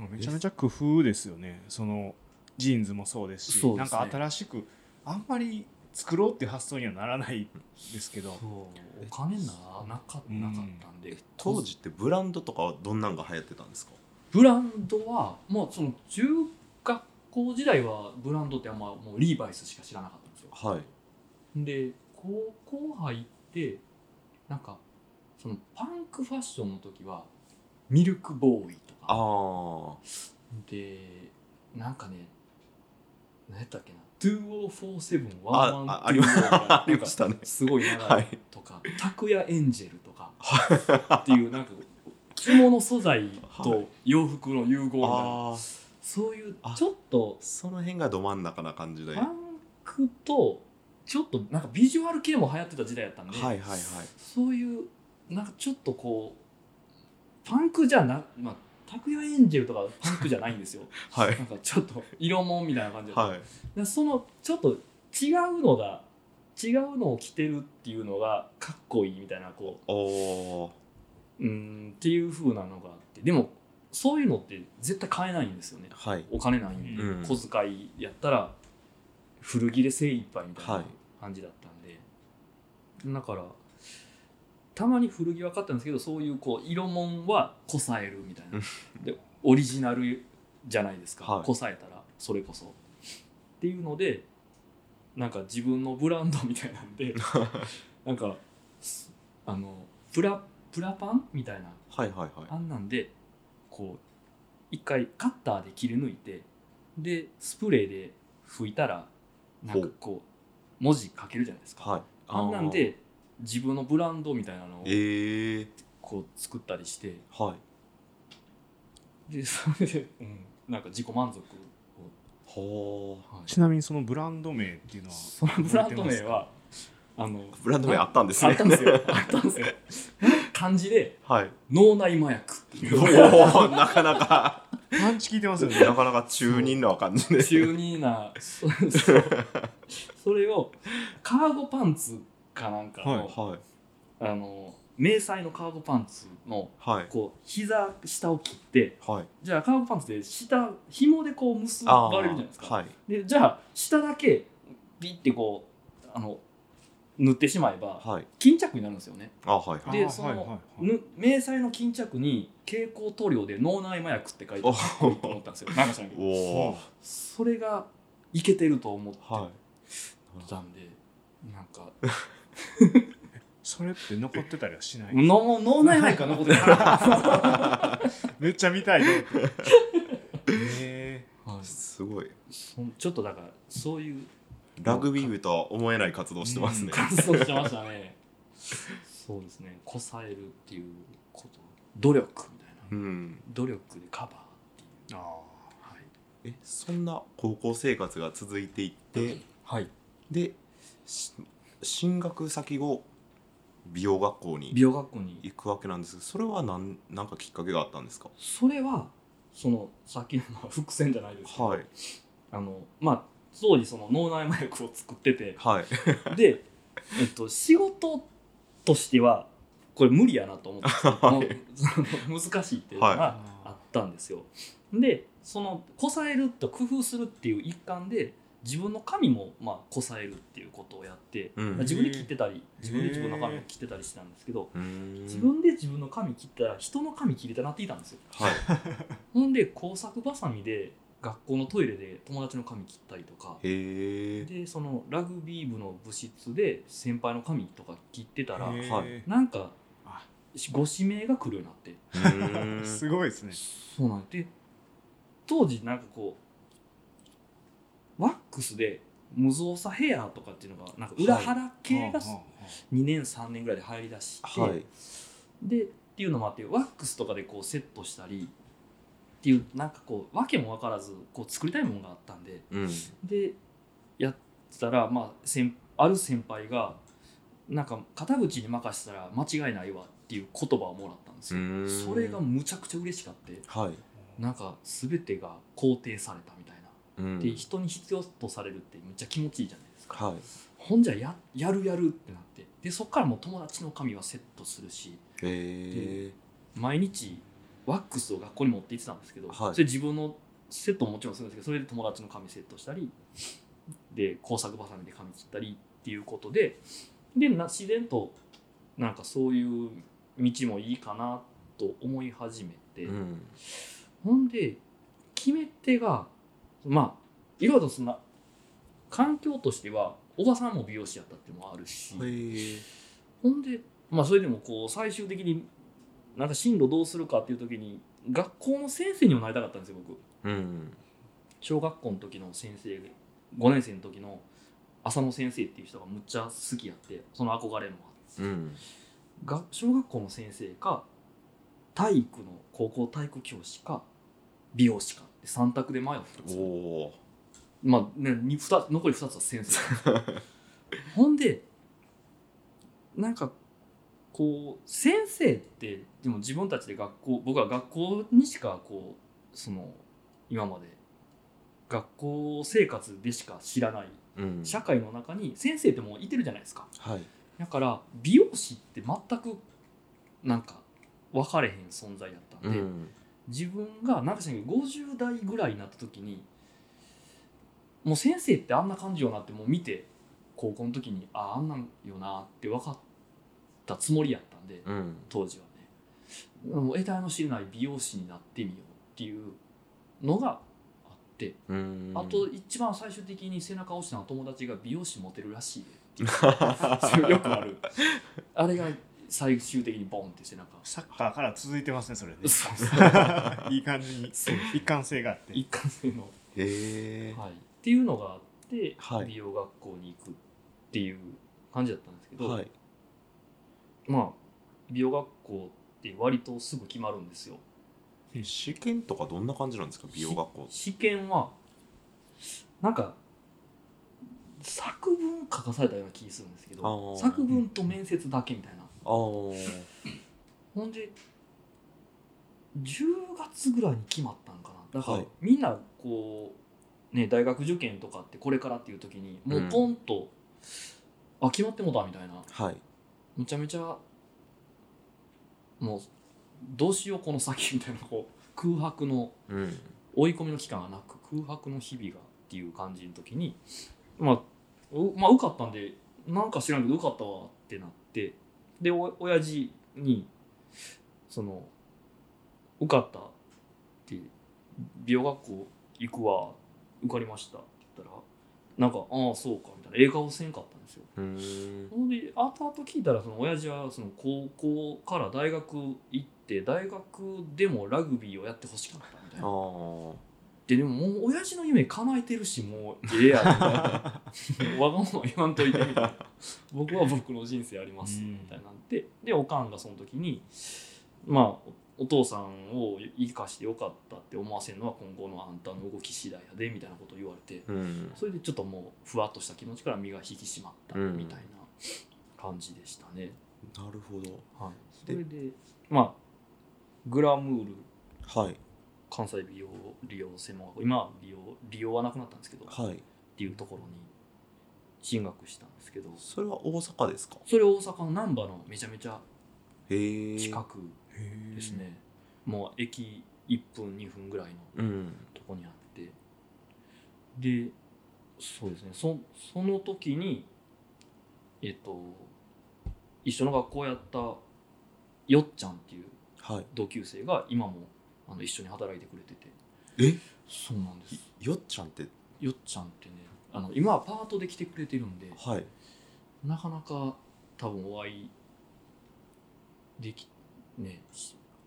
[SPEAKER 3] ね。
[SPEAKER 1] めちゃめちゃ工夫ですよねそのジーンズもそうですし
[SPEAKER 3] そうで
[SPEAKER 1] なん
[SPEAKER 3] すね
[SPEAKER 1] か新しくあんまり作ろうっていう発想にはならないですけど
[SPEAKER 3] そうお金ななか
[SPEAKER 1] うん
[SPEAKER 3] なかったんで、
[SPEAKER 2] え当時ってブランドとかはどんなんが流行ってたんですか
[SPEAKER 3] ブランドはもうその中学校時代はブランドってあんまもうリーバイスしか知らなかったんですよ
[SPEAKER 2] はい。
[SPEAKER 3] で高校入ってなんかそのパンクファッションの時はミルクボーイと
[SPEAKER 2] あ
[SPEAKER 3] か
[SPEAKER 2] あ。
[SPEAKER 3] でなんかね何やったっけな2047ワン
[SPEAKER 2] あ
[SPEAKER 3] ワ
[SPEAKER 2] あ
[SPEAKER 3] ン
[SPEAKER 2] り
[SPEAKER 3] と
[SPEAKER 2] ま
[SPEAKER 3] か
[SPEAKER 2] ありましたね。
[SPEAKER 3] すごい長い
[SPEAKER 2] はい。
[SPEAKER 3] とか、タクヤエンジェルとかっていうなんか着物素材
[SPEAKER 2] は
[SPEAKER 3] と洋服の融合みたいな、
[SPEAKER 2] ああ
[SPEAKER 3] そういう
[SPEAKER 2] あ
[SPEAKER 3] ちょっと
[SPEAKER 2] その辺がど真ん中な感じで
[SPEAKER 3] パンクとちょっとなんかビジュアル系も流行ってた時代やったんで、
[SPEAKER 2] はいはいはい
[SPEAKER 3] そういうなんかちょっとこうパンクじゃなまあ拓也エンジェルとかパンクじゃないんですよ
[SPEAKER 2] はい
[SPEAKER 3] なんかちょっと色もんみたいな感じで、
[SPEAKER 2] はい
[SPEAKER 3] でそのちょっと違うのが違うのを着てるっていうのがかっこいいみたいなこ
[SPEAKER 2] おお
[SPEAKER 3] ううーんっていう風なのがあってでもそういうのって絶対買えないんですよね
[SPEAKER 2] はい
[SPEAKER 3] お金ないんで、
[SPEAKER 2] うん
[SPEAKER 3] 小遣いやったら古着で精一杯みたい
[SPEAKER 2] は
[SPEAKER 3] ない感じだったんで、だからたまに古着は買ったんですけどそういうこう色もんはこさえるみたいなでオリジナルじゃないですか、
[SPEAKER 2] はい
[SPEAKER 3] こさえたらそれこそっていうのでなんか自分のブランドみたいなんで なんかすあのプラプラパンみたいな
[SPEAKER 2] はいはいはい
[SPEAKER 3] あんなんでこう一回カッターで切り抜いてでスプレーで拭いたらなんかこう文字書けるじゃないですか
[SPEAKER 2] はい
[SPEAKER 3] あんなんで自分のブランドみたいなのを
[SPEAKER 2] ええ
[SPEAKER 3] こう作ったりして
[SPEAKER 2] はい
[SPEAKER 3] で それで、うん、なんか自己満足を、
[SPEAKER 2] ほ
[SPEAKER 3] はい
[SPEAKER 1] ちなみにそのブランド名っていうのは
[SPEAKER 3] そのブランド名はあの
[SPEAKER 2] うブランド名あったんです
[SPEAKER 3] あ
[SPEAKER 2] ね
[SPEAKER 3] ったんですよあったんですよ漢字で
[SPEAKER 2] はい
[SPEAKER 3] 脳内麻薬って いう
[SPEAKER 2] おおなかなか
[SPEAKER 1] パンチ効いてますよね
[SPEAKER 2] なかなか中二な感じです
[SPEAKER 3] 中二なそそうそれをカーゴパンツかなんかの,、
[SPEAKER 2] はい
[SPEAKER 3] あの迷彩のカーゴパンツの
[SPEAKER 2] はい
[SPEAKER 3] こう膝下を切って
[SPEAKER 2] はい
[SPEAKER 3] じゃあカーゴパンツで下紐でこう結
[SPEAKER 2] あ
[SPEAKER 3] ば
[SPEAKER 2] ー
[SPEAKER 3] れるじゃないですか、
[SPEAKER 2] はい
[SPEAKER 3] でじゃあ下だけビッてこうあの塗ってしまえば
[SPEAKER 2] はい
[SPEAKER 3] 巾着になるんですよね
[SPEAKER 2] あはいはい
[SPEAKER 3] で
[SPEAKER 1] あー
[SPEAKER 3] そ
[SPEAKER 1] はい
[SPEAKER 3] の
[SPEAKER 1] はいはい
[SPEAKER 3] ぬ迷彩の巾着に蛍光塗料で脳内麻薬って書いてあるかっこいいと思ったんですよなんか知らんけど
[SPEAKER 2] おお
[SPEAKER 3] それがいけてると思って
[SPEAKER 2] は
[SPEAKER 3] たんで、なん か
[SPEAKER 1] それって残ってたりはしない
[SPEAKER 3] 脳脳内麻薬が残ってたから、
[SPEAKER 1] めっちゃ見たいと思ってへ
[SPEAKER 3] はい
[SPEAKER 2] いすごい
[SPEAKER 3] そんちょっとだからそういう
[SPEAKER 2] ラグビー部とは思えない活動してますね
[SPEAKER 3] 感想してましたね そうですねこさえるっていうこと努力みたいな、
[SPEAKER 2] うん
[SPEAKER 3] 努力でカバーっていう
[SPEAKER 1] ーあ
[SPEAKER 3] はい
[SPEAKER 2] えそんな高校生活が続いていって
[SPEAKER 3] はい、
[SPEAKER 2] でし進学先後美容学校
[SPEAKER 3] 美
[SPEAKER 2] に
[SPEAKER 3] 容学校に
[SPEAKER 2] 行くわけなんですけどそれは何なんかきっかけがあったんですか
[SPEAKER 3] それはそのさっきのまあ伏線じゃないですけど、
[SPEAKER 2] はい
[SPEAKER 3] あのまあ当時その脳内麻薬を作ってて
[SPEAKER 2] はい
[SPEAKER 3] で、えっと、仕事としてはこれ無理やなと思っても うその難しいっていうの
[SPEAKER 1] ー
[SPEAKER 3] があったんですよ。でそのこさえると工夫するっていう一環で自分の髪もまあこさえるっていうことをやって、
[SPEAKER 2] うん
[SPEAKER 3] 自分で切ってたり
[SPEAKER 1] ー
[SPEAKER 3] 自分で自分の髪を切ってたりしてたんですけど
[SPEAKER 2] うーん
[SPEAKER 3] 自分で自分の髪切ったら人の髪切れたなっていたんですよ。
[SPEAKER 2] はい
[SPEAKER 3] ほんで工作ばさみで学校のトイレで友達の髪切ったりとか
[SPEAKER 2] へえ
[SPEAKER 3] でそのラグビー部の部室で先輩の髪とか切ってたら
[SPEAKER 1] へー
[SPEAKER 2] はい
[SPEAKER 3] なんか
[SPEAKER 1] あ
[SPEAKER 3] ご指名が来るようになって
[SPEAKER 2] うーん
[SPEAKER 1] すごいですね
[SPEAKER 3] そうなんで当時なんかこうワックスで無造作ヘアとかっていうのがなんか裏腹系が
[SPEAKER 1] はあは
[SPEAKER 3] 2年3年ぐらいで入りだして、
[SPEAKER 2] はい
[SPEAKER 3] でっていうのもあってワックスとかでこうセットしたりっていうなんかこう訳も分からずこう作りたいものがあったんで
[SPEAKER 2] うん
[SPEAKER 3] でやってたら、まあ、先ある先輩がなんか肩口に任せたら間違いないわっていう言葉をもらったんですよ
[SPEAKER 2] うーん
[SPEAKER 3] それがむちゃくちゃ嬉しかって
[SPEAKER 2] はい
[SPEAKER 1] はあ
[SPEAKER 3] なんか全てが肯定されたみたいな、
[SPEAKER 2] うん
[SPEAKER 3] で人に必要とされるってめっちゃ気持ちいいじゃないですか、
[SPEAKER 2] はい
[SPEAKER 3] ほんじゃややるやるってなってでそっからもう友達の髪はセットするし
[SPEAKER 2] へえ
[SPEAKER 3] 毎日ワックスを学校に持って行ってたんですけど、
[SPEAKER 2] はい
[SPEAKER 3] それ自分のセットももちろんするんですけどそれで友達の髪セットしたりで工作バサミで髪切ったりっていうことででな自然となんかそういう道もいいかなと思い始めて、
[SPEAKER 2] うん
[SPEAKER 3] ほんで決め手がまあいろいろとそんな環境としては小川さんも美容師やったっていうのもあるし、
[SPEAKER 2] へえ
[SPEAKER 3] ほんで、まあ、それでもこう最終的になんか進路どうするかっていう時に学校の先生にもなりたかったんですよ僕
[SPEAKER 2] うん
[SPEAKER 3] 小学校の時の先生5年生の時の浅野先生っていう人がむっちゃ好きやってその憧れもあって
[SPEAKER 2] うん
[SPEAKER 3] が小学校の先生か体育の高校体育教師か美容師かって3択で迷ったんですよ
[SPEAKER 2] お
[SPEAKER 3] まあね、に二つ残り2つは先生 ほんでなんかこう先生ってでも自分たちで学校僕は学校にしかこうその今まで学校生活でしか知らない
[SPEAKER 2] ーうん
[SPEAKER 3] 社会の中に先生ってもういてるじゃないですか
[SPEAKER 2] はい
[SPEAKER 3] だから美容師って全くなんか分かれへん存在だったんで、
[SPEAKER 2] うん
[SPEAKER 3] 自分がなんかしらんけど50代ぐらいになった時にもう先生ってあんな感じよなってもう見て高校の時にあああんなんよなって分かったつもりやったんで
[SPEAKER 2] うん
[SPEAKER 3] 当時はねもう得体の知れない美容師になってみようっていうのがあって、
[SPEAKER 2] うん
[SPEAKER 3] あと一番最終的に背中を押したのは友達が美容師モテるらしいで っていうよくあるあれが最終的にボンって背中を
[SPEAKER 1] サッカーから続いてますねそれね
[SPEAKER 3] そうそう
[SPEAKER 1] いい感じに
[SPEAKER 3] そう
[SPEAKER 1] 一貫性があって
[SPEAKER 3] 一貫性の
[SPEAKER 2] へえ
[SPEAKER 3] はい、っていうのがあって、
[SPEAKER 2] はい
[SPEAKER 3] 美容学校に行くっていう感じだったんですけど、
[SPEAKER 2] はい
[SPEAKER 3] まあ美容学校って割とすぐ決まるんですよ
[SPEAKER 2] 試験とかどんな感じなんですか美容学校
[SPEAKER 3] 試験はなんか作文書かされたような気するんですけ
[SPEAKER 2] あ
[SPEAKER 3] ど
[SPEAKER 2] ー
[SPEAKER 3] 作文と面接だけみたいな
[SPEAKER 2] ああ
[SPEAKER 3] ほんで10月ぐらいに決まったんかなだから、
[SPEAKER 2] はい
[SPEAKER 3] みんなこうね大学受験とかってこれからっていう時にもうポンと、あ決まってもだみたいな
[SPEAKER 2] はい
[SPEAKER 3] むちゃめちゃもうどうしようこの先みたいなこう空白の
[SPEAKER 2] うん
[SPEAKER 3] 追い込みの期間がなく空白の日々がっていう感じの時にまあうまあ受かったんでなんか知らんけど受かったわってなってでお親父にその受かったって美容学校行くわ受かりましたって言ったらなんかああそうかみたいな映画をせんかったんですよ
[SPEAKER 2] うん
[SPEAKER 3] それで後々聞いたらその親父はその高校から大学行って大学でもラグビーをやってほしかったみたい
[SPEAKER 2] あ
[SPEAKER 3] な
[SPEAKER 2] あ
[SPEAKER 3] ででももう親父の夢叶えてるしもうええや ろみたいなわがまま言わんといてみたいな僕は僕の人生あります
[SPEAKER 1] うん
[SPEAKER 3] みたいなんででおかんがその時にまあおお父さんを生かしてよかったって思わせるのは今後のあんたの動き次第やでみたいなことを言われて
[SPEAKER 2] うん
[SPEAKER 3] それでちょっともうふわっとした気持ちから身が引き締まった
[SPEAKER 2] うん
[SPEAKER 3] みたいな感じでしたね。
[SPEAKER 2] なるほど
[SPEAKER 3] はい、そ
[SPEAKER 2] で
[SPEAKER 3] れでまあグラムール
[SPEAKER 2] はい
[SPEAKER 3] 関西美容利用専門学校今は美容利用はなくなったんですけどっ
[SPEAKER 2] はい
[SPEAKER 3] ていうところに進学したんですけど
[SPEAKER 2] それは大阪ですか
[SPEAKER 3] それ大阪の難波のめちゃめちゃ
[SPEAKER 2] へえ
[SPEAKER 3] 近くですね、もう駅1分2分ぐらいの
[SPEAKER 2] うん
[SPEAKER 3] とこにあってでそうですねそその時にえっと一緒の学校やったよっちゃんっていう
[SPEAKER 2] はい
[SPEAKER 3] 同級生が今もあの一緒に働いてくれてて
[SPEAKER 2] え
[SPEAKER 3] そうなんです
[SPEAKER 2] よっちゃんって
[SPEAKER 3] よっちゃんってねあの今はパートで来てくれてるんで
[SPEAKER 2] はい
[SPEAKER 3] なかなか多分お会いできね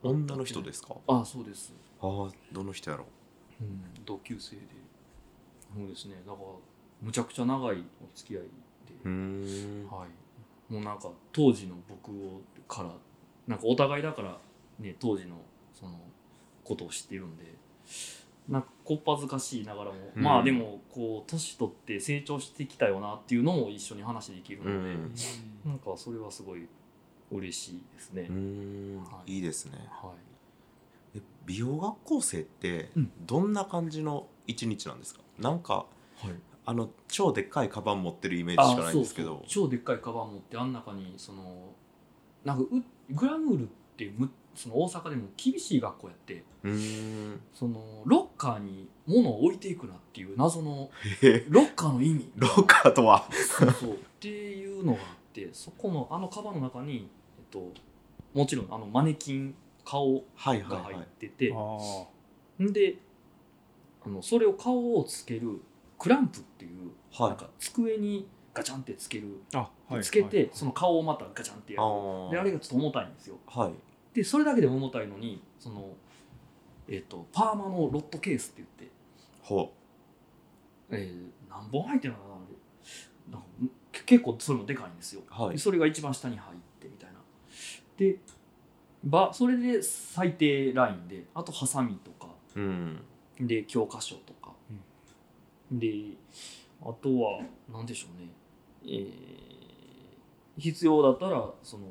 [SPEAKER 2] 女の人ですか
[SPEAKER 3] あそうです
[SPEAKER 2] ああどの人やろ
[SPEAKER 3] うん、同級生でそうですねだからむちゃくちゃ長いお付き合いで、
[SPEAKER 2] ん
[SPEAKER 3] はい、もうなんか当時の僕をからなんかお互いだから、ね、当時のそのことを知っているんでなんかこっぱずかしいながらも、
[SPEAKER 2] うん
[SPEAKER 3] まあでもこう年取って成長してきたよなっていうのも一緒に話できるので、
[SPEAKER 2] うん
[SPEAKER 1] うん
[SPEAKER 3] なんかそれはすごい嬉しいですね。
[SPEAKER 2] うん
[SPEAKER 3] はい
[SPEAKER 2] いいですね
[SPEAKER 3] はい
[SPEAKER 2] え美容学校生って
[SPEAKER 3] うん
[SPEAKER 2] どんな感じの一日なんですかなんか
[SPEAKER 3] はい
[SPEAKER 2] あの超でっかいカバン持ってるイメージ
[SPEAKER 3] あ
[SPEAKER 2] しかないんですけ
[SPEAKER 3] そう
[SPEAKER 2] ど
[SPEAKER 3] そう超でっかいカバン持ってあん中にそのなんかうグラムールってむその大阪でも厳しい学校やって
[SPEAKER 2] うーん
[SPEAKER 3] そのロッカーに物を置いていくなっていう謎の
[SPEAKER 2] へへ
[SPEAKER 3] ロッカーの意味
[SPEAKER 2] ロッカーとは
[SPEAKER 3] そうそうっていうのがあってそこのあのカバンの中に、えっと、もちろんあのマネキン顔
[SPEAKER 2] はい
[SPEAKER 3] が
[SPEAKER 2] はい
[SPEAKER 3] 入
[SPEAKER 2] は
[SPEAKER 3] っ
[SPEAKER 2] い
[SPEAKER 3] てて、
[SPEAKER 1] あ
[SPEAKER 3] んであのそれを顔をつけるクランプっていう、
[SPEAKER 2] はい
[SPEAKER 3] なんか机にガチャンってつける
[SPEAKER 1] ーあはい
[SPEAKER 3] つけ
[SPEAKER 1] は
[SPEAKER 3] て
[SPEAKER 1] い
[SPEAKER 3] その顔をまたガチャンってやる
[SPEAKER 2] ー
[SPEAKER 3] であれがちょっと重たいんですよ
[SPEAKER 2] はい
[SPEAKER 3] でそれだけでも重たいのにその、えっとパーマのロットケースって言って、
[SPEAKER 2] ほ
[SPEAKER 3] えー何本入ってるのかなあれなんかけ結構それもでかいんですよ
[SPEAKER 2] うは
[SPEAKER 3] で
[SPEAKER 2] い
[SPEAKER 3] それが一番下に入ってみたいなでばそれで最低ラインであとハサミとか
[SPEAKER 2] うん
[SPEAKER 3] で教科書とか、であとは何でしょうね、えー必要だったらその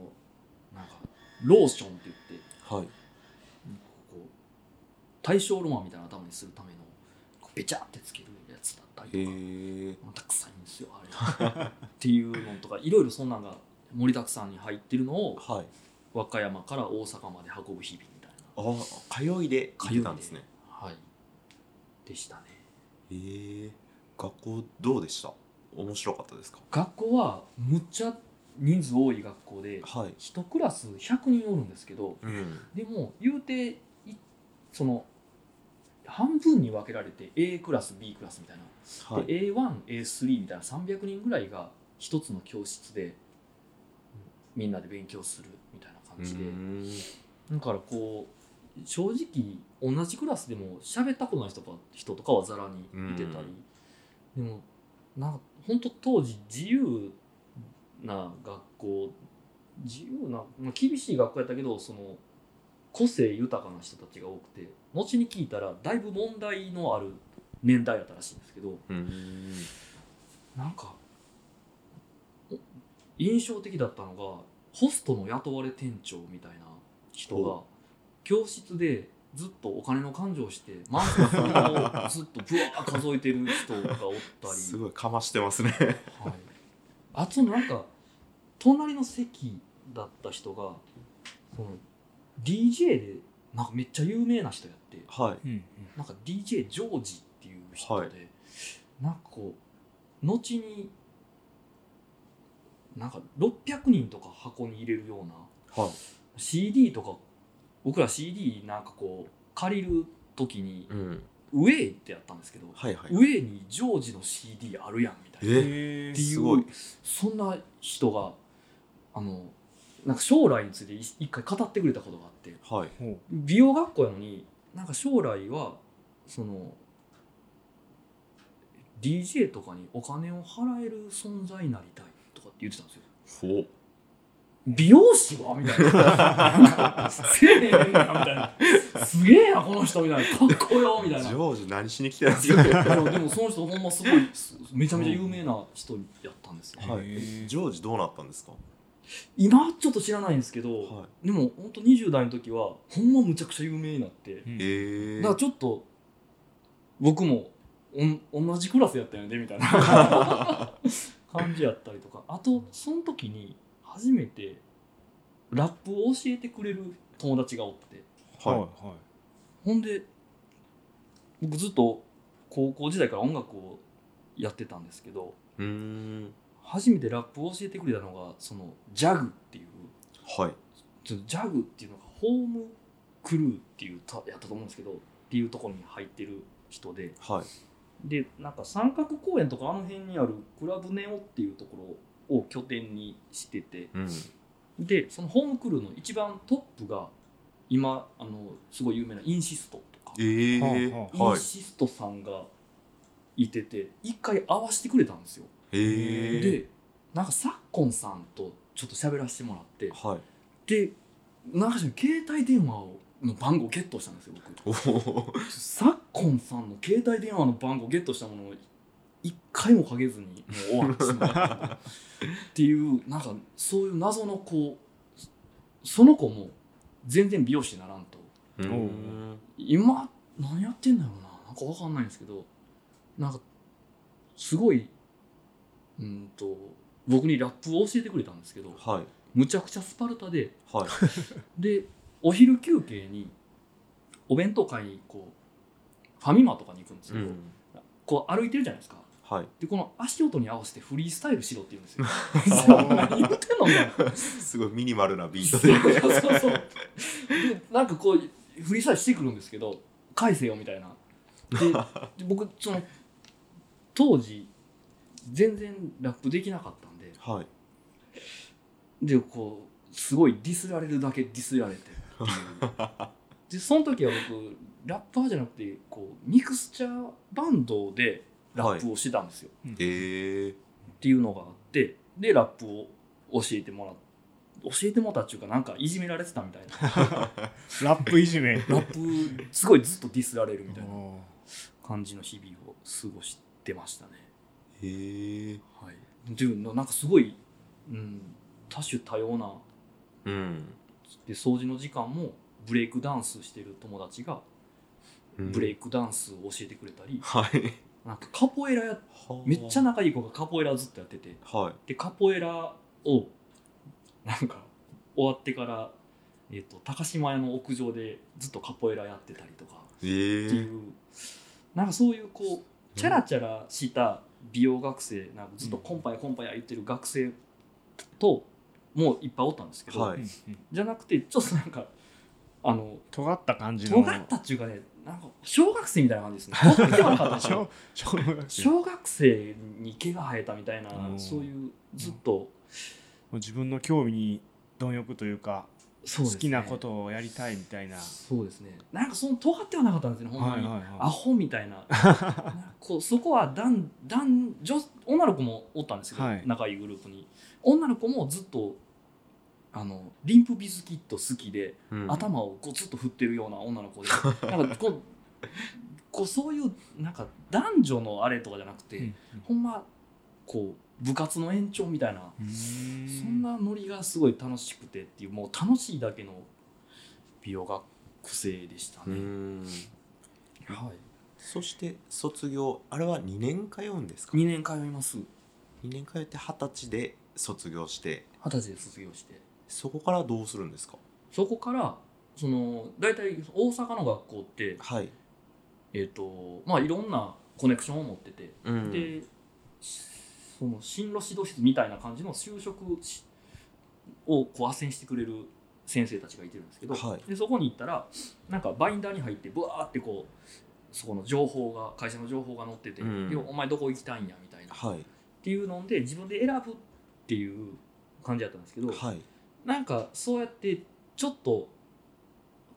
[SPEAKER 3] なんかローションって言って
[SPEAKER 2] はい
[SPEAKER 3] こう大正ロマンみたいな頭にするためのこうベチャってつけるやつだったりと
[SPEAKER 2] へ
[SPEAKER 3] か、
[SPEAKER 2] え
[SPEAKER 3] もうたくさんいるんですよあれ っていうのとかいろいろそんなんが盛りだくさんに入ってるのを
[SPEAKER 2] はい
[SPEAKER 3] 和歌山から大阪まで運ぶ日々みたいな
[SPEAKER 2] あ通いで通ってたんですね
[SPEAKER 3] はいでしたね
[SPEAKER 2] へえ学校どうでした面白かったですか
[SPEAKER 3] 学校はむっちゃ人数多い学校で
[SPEAKER 2] はい
[SPEAKER 3] 1クラス100人おるんですけど
[SPEAKER 2] うん
[SPEAKER 3] でも言うていその半分に分けられて A クラス B クラスみたいな
[SPEAKER 2] はい
[SPEAKER 3] で A1A3 みたいな300人ぐらいが一つの教室でみんなで勉強するみたいな感じで、
[SPEAKER 2] うん
[SPEAKER 3] だからこう正直同じクラスでも喋ったことない人とか人とかはざらにいてたり、でもなんか本当当時自由な学校自由な、まあ、厳しい学校やったけどその個性豊かな人たちが多くて後に聞いたらだいぶ問題のある年代やったらしいんですけど、
[SPEAKER 2] うん
[SPEAKER 3] なんかお印象的だったのがホストの雇われ店長みたいな人が
[SPEAKER 2] ほ
[SPEAKER 3] 教室でずっとお金の勘定をして満席をずっとぶわー数えてる人がおったり、
[SPEAKER 2] すごいかましてますね
[SPEAKER 3] はい、あとなんか隣の席だった人がその DJ でなんかめっちゃ有名な人やって
[SPEAKER 2] はい
[SPEAKER 1] うん
[SPEAKER 3] なんか DJ ジョージっていう人
[SPEAKER 2] は
[SPEAKER 3] で、
[SPEAKER 2] い
[SPEAKER 3] なんかこう後になんか600人とか箱に入れるような
[SPEAKER 2] はい
[SPEAKER 3] CD とか僕ら CD なんかこう借りる時に
[SPEAKER 2] うん
[SPEAKER 3] 「ウェイ」ってやったんですけど、
[SPEAKER 2] はいはい
[SPEAKER 3] ウェイにジョージの CD あるやんみたいな
[SPEAKER 1] うん
[SPEAKER 2] え
[SPEAKER 1] へ
[SPEAKER 3] って
[SPEAKER 1] ー
[SPEAKER 3] い
[SPEAKER 2] すごいう
[SPEAKER 3] そんな人があのなんか将来について一一回語ってくれたことがあって。
[SPEAKER 2] はい
[SPEAKER 1] ほう
[SPEAKER 3] 美容学校やのになんか将来はその DJ とかにお金を払える存在になりたいとかって言ってたんですよ
[SPEAKER 2] ほう
[SPEAKER 3] 美容師はみたいなせえへんなみたいなすげえなこの人みたいなかっこよみたい
[SPEAKER 2] ジ
[SPEAKER 3] な
[SPEAKER 2] ョージ何しに来てるんです
[SPEAKER 3] い
[SPEAKER 2] か
[SPEAKER 3] やでもでもその人ほんますごいすめちゃめちゃ有名な人やったんですよ、
[SPEAKER 1] うん
[SPEAKER 2] はい
[SPEAKER 1] へー
[SPEAKER 2] えジョージどうなったんですか
[SPEAKER 3] 今はちょっと知らないんですけど、
[SPEAKER 2] は
[SPEAKER 3] でもほんと20代の時はほんまむちゃくちゃ有名になって、
[SPEAKER 1] うん
[SPEAKER 2] いええ
[SPEAKER 3] だからちょっと僕もおん同じクラスやったよねみたいな感じやったりとかあとその時に初めてラップを教えてくれる友達がおって
[SPEAKER 1] はい
[SPEAKER 2] は
[SPEAKER 1] は
[SPEAKER 3] ほんで僕ずっと高校時代から音楽をやってたんですけど
[SPEAKER 2] いうーん
[SPEAKER 3] 初めてラップを教えてくれたのがそのジャグっていう
[SPEAKER 2] はい
[SPEAKER 3] ちょっとジャグっていうのがホームクルーっていうたやったと思うんですけどっていうところに入ってる人で
[SPEAKER 2] はい
[SPEAKER 3] でなんか三角公園とかあの辺にあるクラブネオっていうところを拠点にしてて
[SPEAKER 2] うん
[SPEAKER 3] でそのホームクルーの一番トップが今あのすごい有名なインシストとか
[SPEAKER 2] ええ
[SPEAKER 1] は
[SPEAKER 3] イン
[SPEAKER 2] はい
[SPEAKER 3] シストさんがいてて一回会わせてくれたんですよ
[SPEAKER 2] ええ
[SPEAKER 3] でなんか昨今さんとちょっと喋らせてもらって
[SPEAKER 2] はい
[SPEAKER 3] でなんかしら携帯電話をの番号をゲットしたんですよ僕
[SPEAKER 2] おお
[SPEAKER 3] 昨今さんの携帯電話の番号をゲットしたものを一回もかけずにもう終わってしまったっていうなんかそういう謎のこうその子も全然美容師にならんと
[SPEAKER 2] うーん
[SPEAKER 3] 今何やってんだろうななんかわかんないんですけどなんかすごいうんと僕にラップを教えてくれたんですけど
[SPEAKER 2] はい
[SPEAKER 3] むちゃくちゃスパルタで
[SPEAKER 2] はい
[SPEAKER 3] でお昼休憩にお弁当買いにこうファミマとかに行くんですけ
[SPEAKER 2] う
[SPEAKER 3] ど、
[SPEAKER 2] ん
[SPEAKER 3] こう歩いてるじゃないですか
[SPEAKER 2] はい
[SPEAKER 3] でこの足音に合わせてフリースタイルしろって言うん ですよそう何言ってんのみたいな
[SPEAKER 2] すごいミニマルなビートで
[SPEAKER 3] そうそうそうでなんかこうフリースタイルしてくるんですけど返せよみたいなでで僕その当時全然ラップできなかったんで
[SPEAKER 2] はい
[SPEAKER 3] でこうすごいディスられるだけディスられてっていうでその時は僕ラッパーじゃなくてこうミクスチャーバンドでラップをしてたんですよ、
[SPEAKER 2] ええ
[SPEAKER 3] っていうのがあってでラップを教えてもら教えてもらったっていうかなんかいじめられてたみたいな
[SPEAKER 1] ラップい じめ
[SPEAKER 3] ラップすごいずっとディスられるみたいな
[SPEAKER 1] お
[SPEAKER 3] 感じの日々を過ごしてましたね。
[SPEAKER 2] へえ
[SPEAKER 3] はい、っていうのなんかすごい、うん、多種多様な
[SPEAKER 2] うん
[SPEAKER 3] で掃除の時間もブレイクダンスしてる友達がブレイ
[SPEAKER 2] ク
[SPEAKER 3] クダンスを教えてくれたり、
[SPEAKER 2] はい
[SPEAKER 3] なんかカポエラやめっちゃ仲いい子がカポエラずっとやってて
[SPEAKER 2] はい
[SPEAKER 3] でカポエラをなんか終わってから、えっと高島屋の屋上でずっとカポエラやってたりとか
[SPEAKER 2] え
[SPEAKER 3] ってい
[SPEAKER 2] え
[SPEAKER 3] う、なんかそういうこうチャラチャラした美容学生なんかずっとコンパやコンパや言ってる学生ともういっぱいおったんですけど、
[SPEAKER 2] は
[SPEAKER 1] う
[SPEAKER 2] い
[SPEAKER 1] んうん
[SPEAKER 3] じゃなくてちょっとなんかあの
[SPEAKER 1] 尖った感じの
[SPEAKER 3] 尖ったっていうかねなんか小学生みたいな感じですねとってもなかったでしょ
[SPEAKER 1] 小小学生も
[SPEAKER 3] 小学生に毛が生えたみたいな
[SPEAKER 1] うん
[SPEAKER 3] そういうずっと
[SPEAKER 1] う自分の興味に貪欲というか
[SPEAKER 3] そうです
[SPEAKER 1] 好
[SPEAKER 3] ね
[SPEAKER 1] きなことをやりたいみたいな
[SPEAKER 3] そうですねなんかその尖ってはなかったんですねほんまに、
[SPEAKER 1] はいはいはい
[SPEAKER 3] アホみたいななんかこうそこは男男女女の子もおったんですけど、
[SPEAKER 1] はい
[SPEAKER 3] 仲いいグループに女の子もずっとあのリンプビズキット好きで、
[SPEAKER 2] うん
[SPEAKER 3] 頭をこうずっと振ってるような女の子でなんかこうこうそういうなんか男女のあれとかじゃなくて、
[SPEAKER 1] うん
[SPEAKER 3] ほんまこう部活の延長みたいな、
[SPEAKER 1] うん
[SPEAKER 3] そんなノリがすごい楽しくてっていうもう楽しいだけの美容学生でした
[SPEAKER 2] う
[SPEAKER 3] ね、
[SPEAKER 2] ん
[SPEAKER 3] はい、
[SPEAKER 2] そして卒業あれは2年通うんですか
[SPEAKER 3] 2年通います
[SPEAKER 2] 二年通って二十歳で卒業して
[SPEAKER 3] 二十歳で卒業して
[SPEAKER 2] そこからどうするんですか
[SPEAKER 3] そこからその大体大阪の学校って
[SPEAKER 2] はい、
[SPEAKER 3] えっ、とまあいろんなコネクションを持ってて、
[SPEAKER 2] うん
[SPEAKER 3] でその進路指導室みたいな感じの就職しをこう斡旋してくれる先生たちがいてるんですけど、
[SPEAKER 2] はい
[SPEAKER 3] でそこに行ったらなんかバインダーに入ってブワーってこうそこの情報が会社の情報が載ってて、
[SPEAKER 2] うん
[SPEAKER 3] でお前どこ行きたいんやみたいなっ
[SPEAKER 2] はい
[SPEAKER 3] ていうので自分で選ぶっていう感じだったんですけど、
[SPEAKER 2] はい
[SPEAKER 3] なんかそうやってちょっと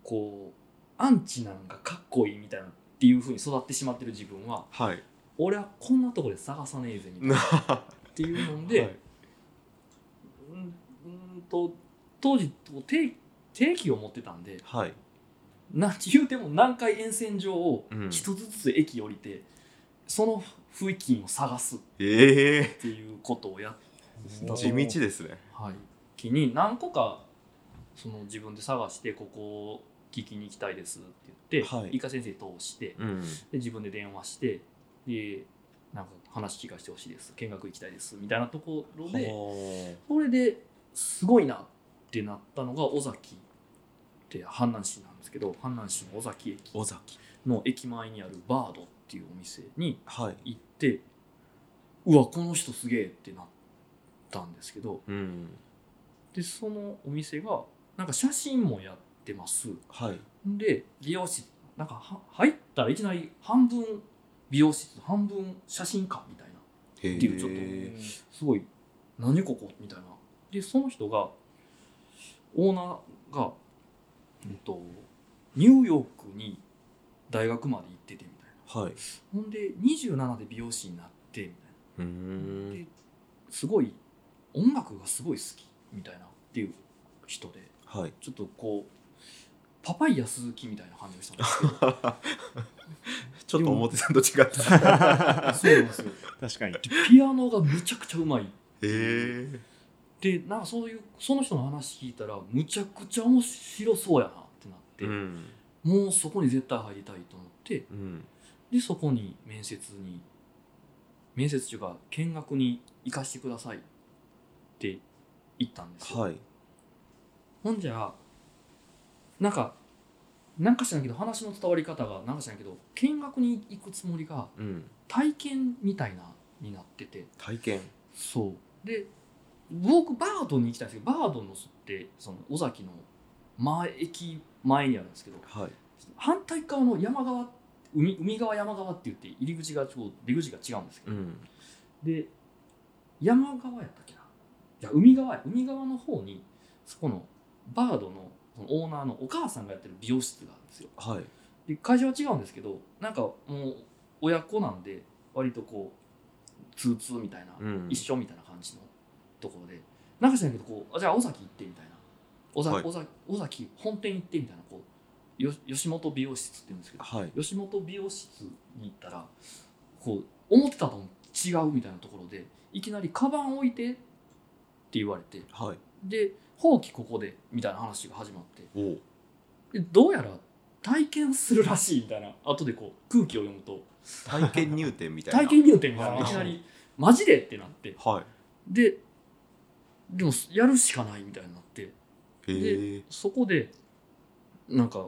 [SPEAKER 3] こうアンチなんかかっこいいみたいなっていう風に育ってしまってる自分は
[SPEAKER 2] はい
[SPEAKER 3] 俺はこんなとこで探さねえぜみたいな
[SPEAKER 2] な
[SPEAKER 3] っ
[SPEAKER 2] は
[SPEAKER 3] ていうの
[SPEAKER 2] い
[SPEAKER 3] で、うんうんと当時定定期を持ってたんで
[SPEAKER 2] はい
[SPEAKER 3] なんて言うても南海沿線上を
[SPEAKER 2] うん
[SPEAKER 3] 一つずつ駅降りて、その付近を探すっ
[SPEAKER 2] ええ
[SPEAKER 3] ていうことをやっ
[SPEAKER 1] おー
[SPEAKER 2] 地道ですね
[SPEAKER 3] はい、機に何個かその自分で探してここを聞きに行きたいですって言って、
[SPEAKER 2] はい
[SPEAKER 3] 理科先生に通してで
[SPEAKER 2] うん
[SPEAKER 3] 自分で電話してでなんか話聞かせてほしいです見学行きたいですみたいなところで
[SPEAKER 2] は
[SPEAKER 3] それですごいなってなったのが尾崎って阪南市なんですけど阪南市の尾崎駅
[SPEAKER 2] あ尾崎
[SPEAKER 3] の駅前にあるバードっていうお店に
[SPEAKER 2] はい
[SPEAKER 3] 行ってうわこの人すげえってなったんですけど
[SPEAKER 2] うん
[SPEAKER 3] でそのお店がなんか写真もやってます
[SPEAKER 2] はい
[SPEAKER 3] で美容室なんかは入ったらいきなり半分美容室半分写真館みたい
[SPEAKER 2] っ
[SPEAKER 3] な
[SPEAKER 2] て
[SPEAKER 3] ていうちょっとすごい何ここみたいなでその人がオーナーが、うん、とニューヨークに大学まで行っててみたいな
[SPEAKER 2] とはい
[SPEAKER 3] ほんで27で美容師になってみたいな
[SPEAKER 2] う
[SPEAKER 3] で
[SPEAKER 2] ん
[SPEAKER 3] すごい音楽がすごい好きみたいなっていう人で
[SPEAKER 2] はい
[SPEAKER 3] ちょっとこうパパイヤ鈴木みたいな感じがしたんです けど
[SPEAKER 2] ちょっと表さんと違った
[SPEAKER 3] そうなんですよ
[SPEAKER 1] 確かに
[SPEAKER 3] でピアノがむちゃくちゃうまい
[SPEAKER 2] へえ
[SPEAKER 3] でなんかそういうその人の話聞いたらむちゃくちゃ面白そうやなってなって、
[SPEAKER 2] うん
[SPEAKER 3] もうそこに絶対入りたいと思って
[SPEAKER 2] うん
[SPEAKER 3] でそこに面接に面接中が見学に行かしてくださいって言ったんですよ、
[SPEAKER 2] はい
[SPEAKER 3] ほんじゃなんかなんか知らんけど話の伝わり方がなんか知らんけど見学に行くつもりが
[SPEAKER 2] うん
[SPEAKER 3] 体験みたいなになってて
[SPEAKER 2] 体験
[SPEAKER 3] そうで僕バードに行きたいんですけどバードの巣ってその尾崎の前駅前にあるんですけど
[SPEAKER 2] はい
[SPEAKER 3] 反対側の山側海海側山側って言って入り口がちょっと出口が違うんですけ
[SPEAKER 2] う
[SPEAKER 3] ど、
[SPEAKER 2] ん
[SPEAKER 3] で山側やったっけないや海側や海側の方にそこのバードのそのオーナーのお母さんがやってる美容室があるんですよ
[SPEAKER 2] はい
[SPEAKER 3] で会社は違うんですけどなんかもう親子なんで割とこうツーツーみたいな、
[SPEAKER 2] うん
[SPEAKER 3] 一緒みたいな感じのところでなんか知らんけどこうあじゃあ尾崎行ってみたいな尾崎,、
[SPEAKER 2] はい
[SPEAKER 3] 尾崎尾崎本店行ってみたいなこうよ吉本美容室って言うんですけど
[SPEAKER 2] はい
[SPEAKER 3] 吉本美容室に行ったらこう思ってたのと違うみたいなところでいきなり「カバン置いて」って言われて
[SPEAKER 2] はい
[SPEAKER 3] で「ほうきここで」みたいな話が始まって
[SPEAKER 2] おお
[SPEAKER 3] でどうやら体験するらしいみたいな 後でこう空気を読むと
[SPEAKER 2] 体験入店みたいな
[SPEAKER 3] 体験入店みたいな
[SPEAKER 1] あ
[SPEAKER 3] い
[SPEAKER 1] ー
[SPEAKER 3] きなり「マジで?」ってなって
[SPEAKER 2] は
[SPEAKER 3] ででもやるしかないみたいになって
[SPEAKER 2] いへえ
[SPEAKER 3] そこでなんか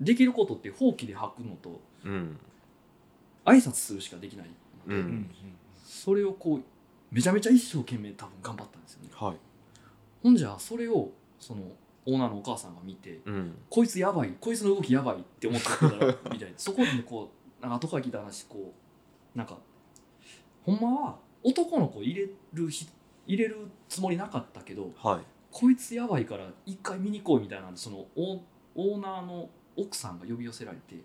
[SPEAKER 3] できることってほうきで履くのと
[SPEAKER 2] うん
[SPEAKER 3] 挨拶するしかできない
[SPEAKER 2] うん、
[SPEAKER 1] うんうん
[SPEAKER 3] それをこうめちゃめちゃ一生懸命多分頑張ったんですよね
[SPEAKER 2] はい
[SPEAKER 3] ほんじゃそれをそのオーナーのお母さんが見て
[SPEAKER 2] うん
[SPEAKER 3] こいつやばいこいつの動きやばいって思ってた らみたいなそこでこうなんか後から聞いた話こうなんかほんまは男の子入れるひ入れるつもりなかったけど
[SPEAKER 2] はい
[SPEAKER 3] こいつやばいから一回見に行こうみたいなんでそのオーオーナーの奥さんが呼び寄せられて、
[SPEAKER 2] へ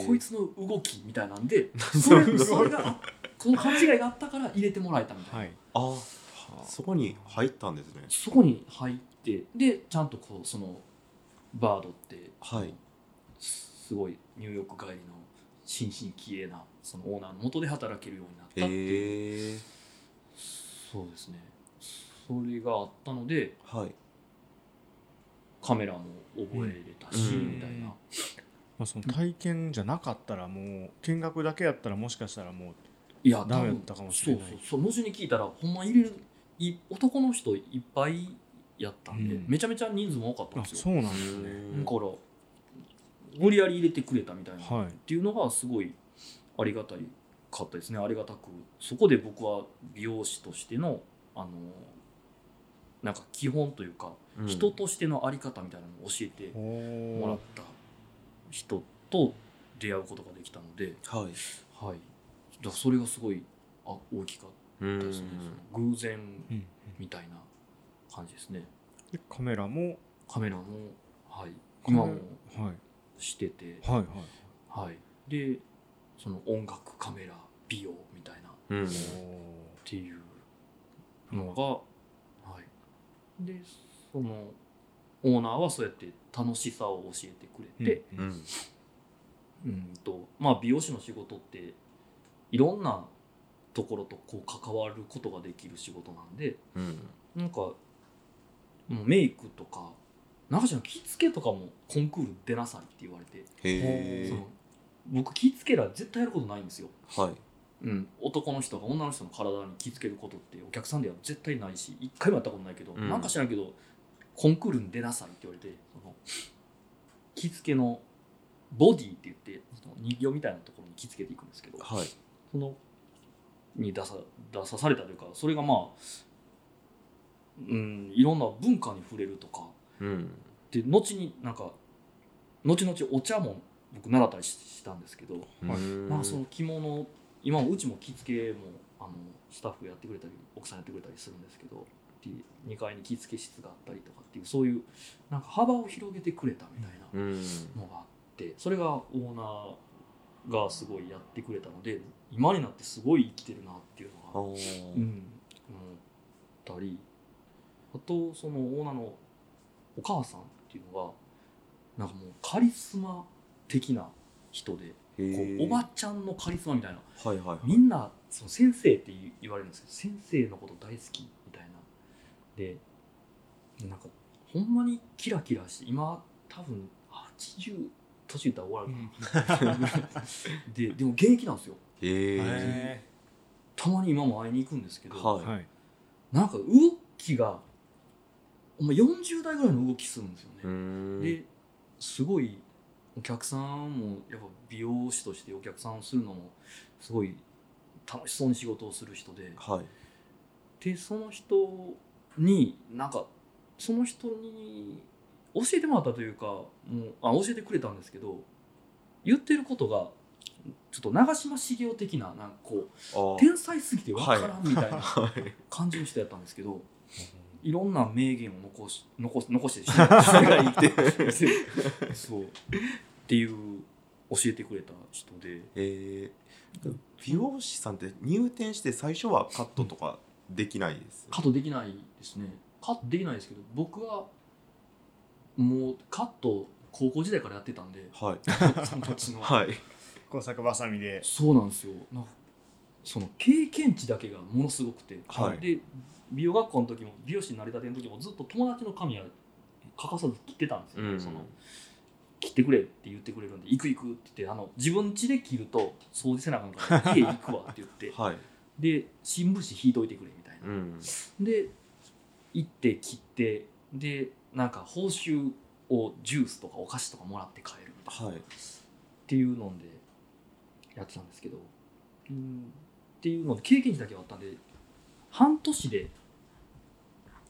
[SPEAKER 2] え
[SPEAKER 3] こいつの動きみたいなんで そ
[SPEAKER 2] なん
[SPEAKER 3] れ
[SPEAKER 2] だ
[SPEAKER 3] それがこの勘違いがあったから入れてもらえたみたいな、
[SPEAKER 1] はい
[SPEAKER 2] あそこに入ったんですね
[SPEAKER 3] そこに入ってでちゃんとこうそのバードって
[SPEAKER 2] はい
[SPEAKER 3] すごいニューヨーク帰りの新進気鋭なそのオーナーの元で働けるようになったっていう、
[SPEAKER 2] へえ
[SPEAKER 3] そうですねそれがあったので
[SPEAKER 2] はい
[SPEAKER 3] カメラも覚えれたし、
[SPEAKER 2] うん
[SPEAKER 3] みたいな
[SPEAKER 1] まあ、その体験じゃなかったらもう見学だけやったらもしかしたらも
[SPEAKER 3] いや
[SPEAKER 1] ダメだ
[SPEAKER 3] 多分
[SPEAKER 1] ったかもしれない
[SPEAKER 3] そうそうそう後に聞いたらほんま入れるい男の人いっぱいやったんで、
[SPEAKER 1] うん
[SPEAKER 3] めちゃめちゃ人数も多かっ
[SPEAKER 1] う
[SPEAKER 3] た
[SPEAKER 1] あ
[SPEAKER 3] んですよ
[SPEAKER 1] そうなんですね
[SPEAKER 3] だから無理やり入れてくれたみたいな、っ
[SPEAKER 1] はい
[SPEAKER 3] ていうのがすごいありがたいかったですねありがたくそこで僕は美容師としてのあのなんか基本というか、
[SPEAKER 2] うん
[SPEAKER 3] 人としての在り方みたいなのを教えてもら
[SPEAKER 1] お
[SPEAKER 3] っ
[SPEAKER 1] お
[SPEAKER 3] た人と出会うことができたので、
[SPEAKER 2] はい
[SPEAKER 3] はい、だからそれがすごいあ大きかっ
[SPEAKER 2] うん
[SPEAKER 3] たですね、その偶然みたいな感じですね
[SPEAKER 1] でカメラも
[SPEAKER 3] カメラも、はい、今も
[SPEAKER 1] はい
[SPEAKER 3] してて。
[SPEAKER 1] はいはい
[SPEAKER 3] はい、でその音楽カメラ美容みたいなっ
[SPEAKER 2] うん
[SPEAKER 1] お
[SPEAKER 3] ていうのが、はい、でそのオーナーはそうやって楽しさを教えてくれ
[SPEAKER 1] ー
[SPEAKER 3] て、
[SPEAKER 1] う
[SPEAKER 2] うんん
[SPEAKER 3] うんとまあ、美容師の仕事っていろんなところとこう関わることができる仕事なんで
[SPEAKER 2] うん
[SPEAKER 3] なんかもうメイクとか中島着付けとかもコンクール出なさいって言われて、
[SPEAKER 2] へ
[SPEAKER 3] そ
[SPEAKER 2] え
[SPEAKER 3] の僕着付けら絶対やることないんですよ。
[SPEAKER 2] はい
[SPEAKER 3] うん、男の人が女の人の体に気付けることってお客さんでは絶対ないし一回もやったことないけど、
[SPEAKER 2] うん
[SPEAKER 3] なんか知らんけどコンクールに出なさいって言われてその着付けのボディって言ってその人形みたいなところに着付けていくんですけど
[SPEAKER 2] はい
[SPEAKER 3] そのに出さ出さされたというかそれがまあ、うん、いろんな文化に触れるとか
[SPEAKER 2] うん
[SPEAKER 3] で後になんか後々お茶も僕習ったりししたんですけど、
[SPEAKER 1] はい
[SPEAKER 2] うん
[SPEAKER 3] まあその着物今うちも着付けもあのスタッフやってくれたり奥さんやってくれたりするんですけど2階に着付け室があったりとかっていうそういうなんか幅を広げてくれたみたいな
[SPEAKER 2] うん
[SPEAKER 3] のがあってそれがオーナーがすごいやってくれたので今になってすごい生きてるなっていう
[SPEAKER 2] あ
[SPEAKER 3] のが、
[SPEAKER 2] ー
[SPEAKER 3] うん、思ったりあとそのオーナーのお母さんっていうのがなんかもうカリスマ的な人で。
[SPEAKER 2] へ
[SPEAKER 3] こ
[SPEAKER 2] ー
[SPEAKER 3] うおばちゃんのカリスマみたいな
[SPEAKER 2] はいはいはい
[SPEAKER 3] みんなその先生って言言われるんですけど先生のこと大好きみたいなでなんかほんまにキラキラして今多分80年打ったら終わるかなででも現役なんですよ
[SPEAKER 2] へえ
[SPEAKER 1] へ
[SPEAKER 3] たまに今も会いに行くんですけど、
[SPEAKER 1] ー
[SPEAKER 2] は
[SPEAKER 1] はい
[SPEAKER 3] なんか動きがお前40代ぐらいの動きするんですよね、
[SPEAKER 2] いうん
[SPEAKER 3] ですごいお客さんもやっぱ美容師としてお客さんをするのもすごい楽しそうに仕事をする人で
[SPEAKER 2] はい
[SPEAKER 3] でその人になんかその人に教えてもらったというかもうあ教えてくれたんですけど言ってることがちょっと長嶋茂雄的ななんかこう
[SPEAKER 2] あー
[SPEAKER 3] 天才すぎて分からんみ たいな感じの人やったんですけど。いろんな名言を残し残す残してしまうそれが生きてるそうっていう教えてくれた人で
[SPEAKER 2] えー、美容師さんって入店して最初はカットとかできないです
[SPEAKER 3] カットできないですねカットできないですけど僕はもうカット高校時代からやってたんで
[SPEAKER 2] はい
[SPEAKER 3] その時の、
[SPEAKER 2] はい
[SPEAKER 1] 工作ばさみで
[SPEAKER 3] そうなんですよなんかその経験値だけがものすごくて、
[SPEAKER 2] はい
[SPEAKER 3] で美容学校の時も美容師になりたての時もずっと友達の髪は欠かさず切ってたんですよ、
[SPEAKER 2] うん
[SPEAKER 3] その切ってくれって言ってくれるんで行く行くって言ってあの自分家で切ると掃除せなあかんから家行くわって言って
[SPEAKER 2] はい
[SPEAKER 3] で新聞紙引いといてくれみたいな、
[SPEAKER 2] うん
[SPEAKER 3] で行って切ってでなんか報酬をジュースとかお菓子とかもらって帰るみたいな
[SPEAKER 2] はい
[SPEAKER 3] っていうのでやってたんですけど、うん、っていうので経験値だけはあったんで半年で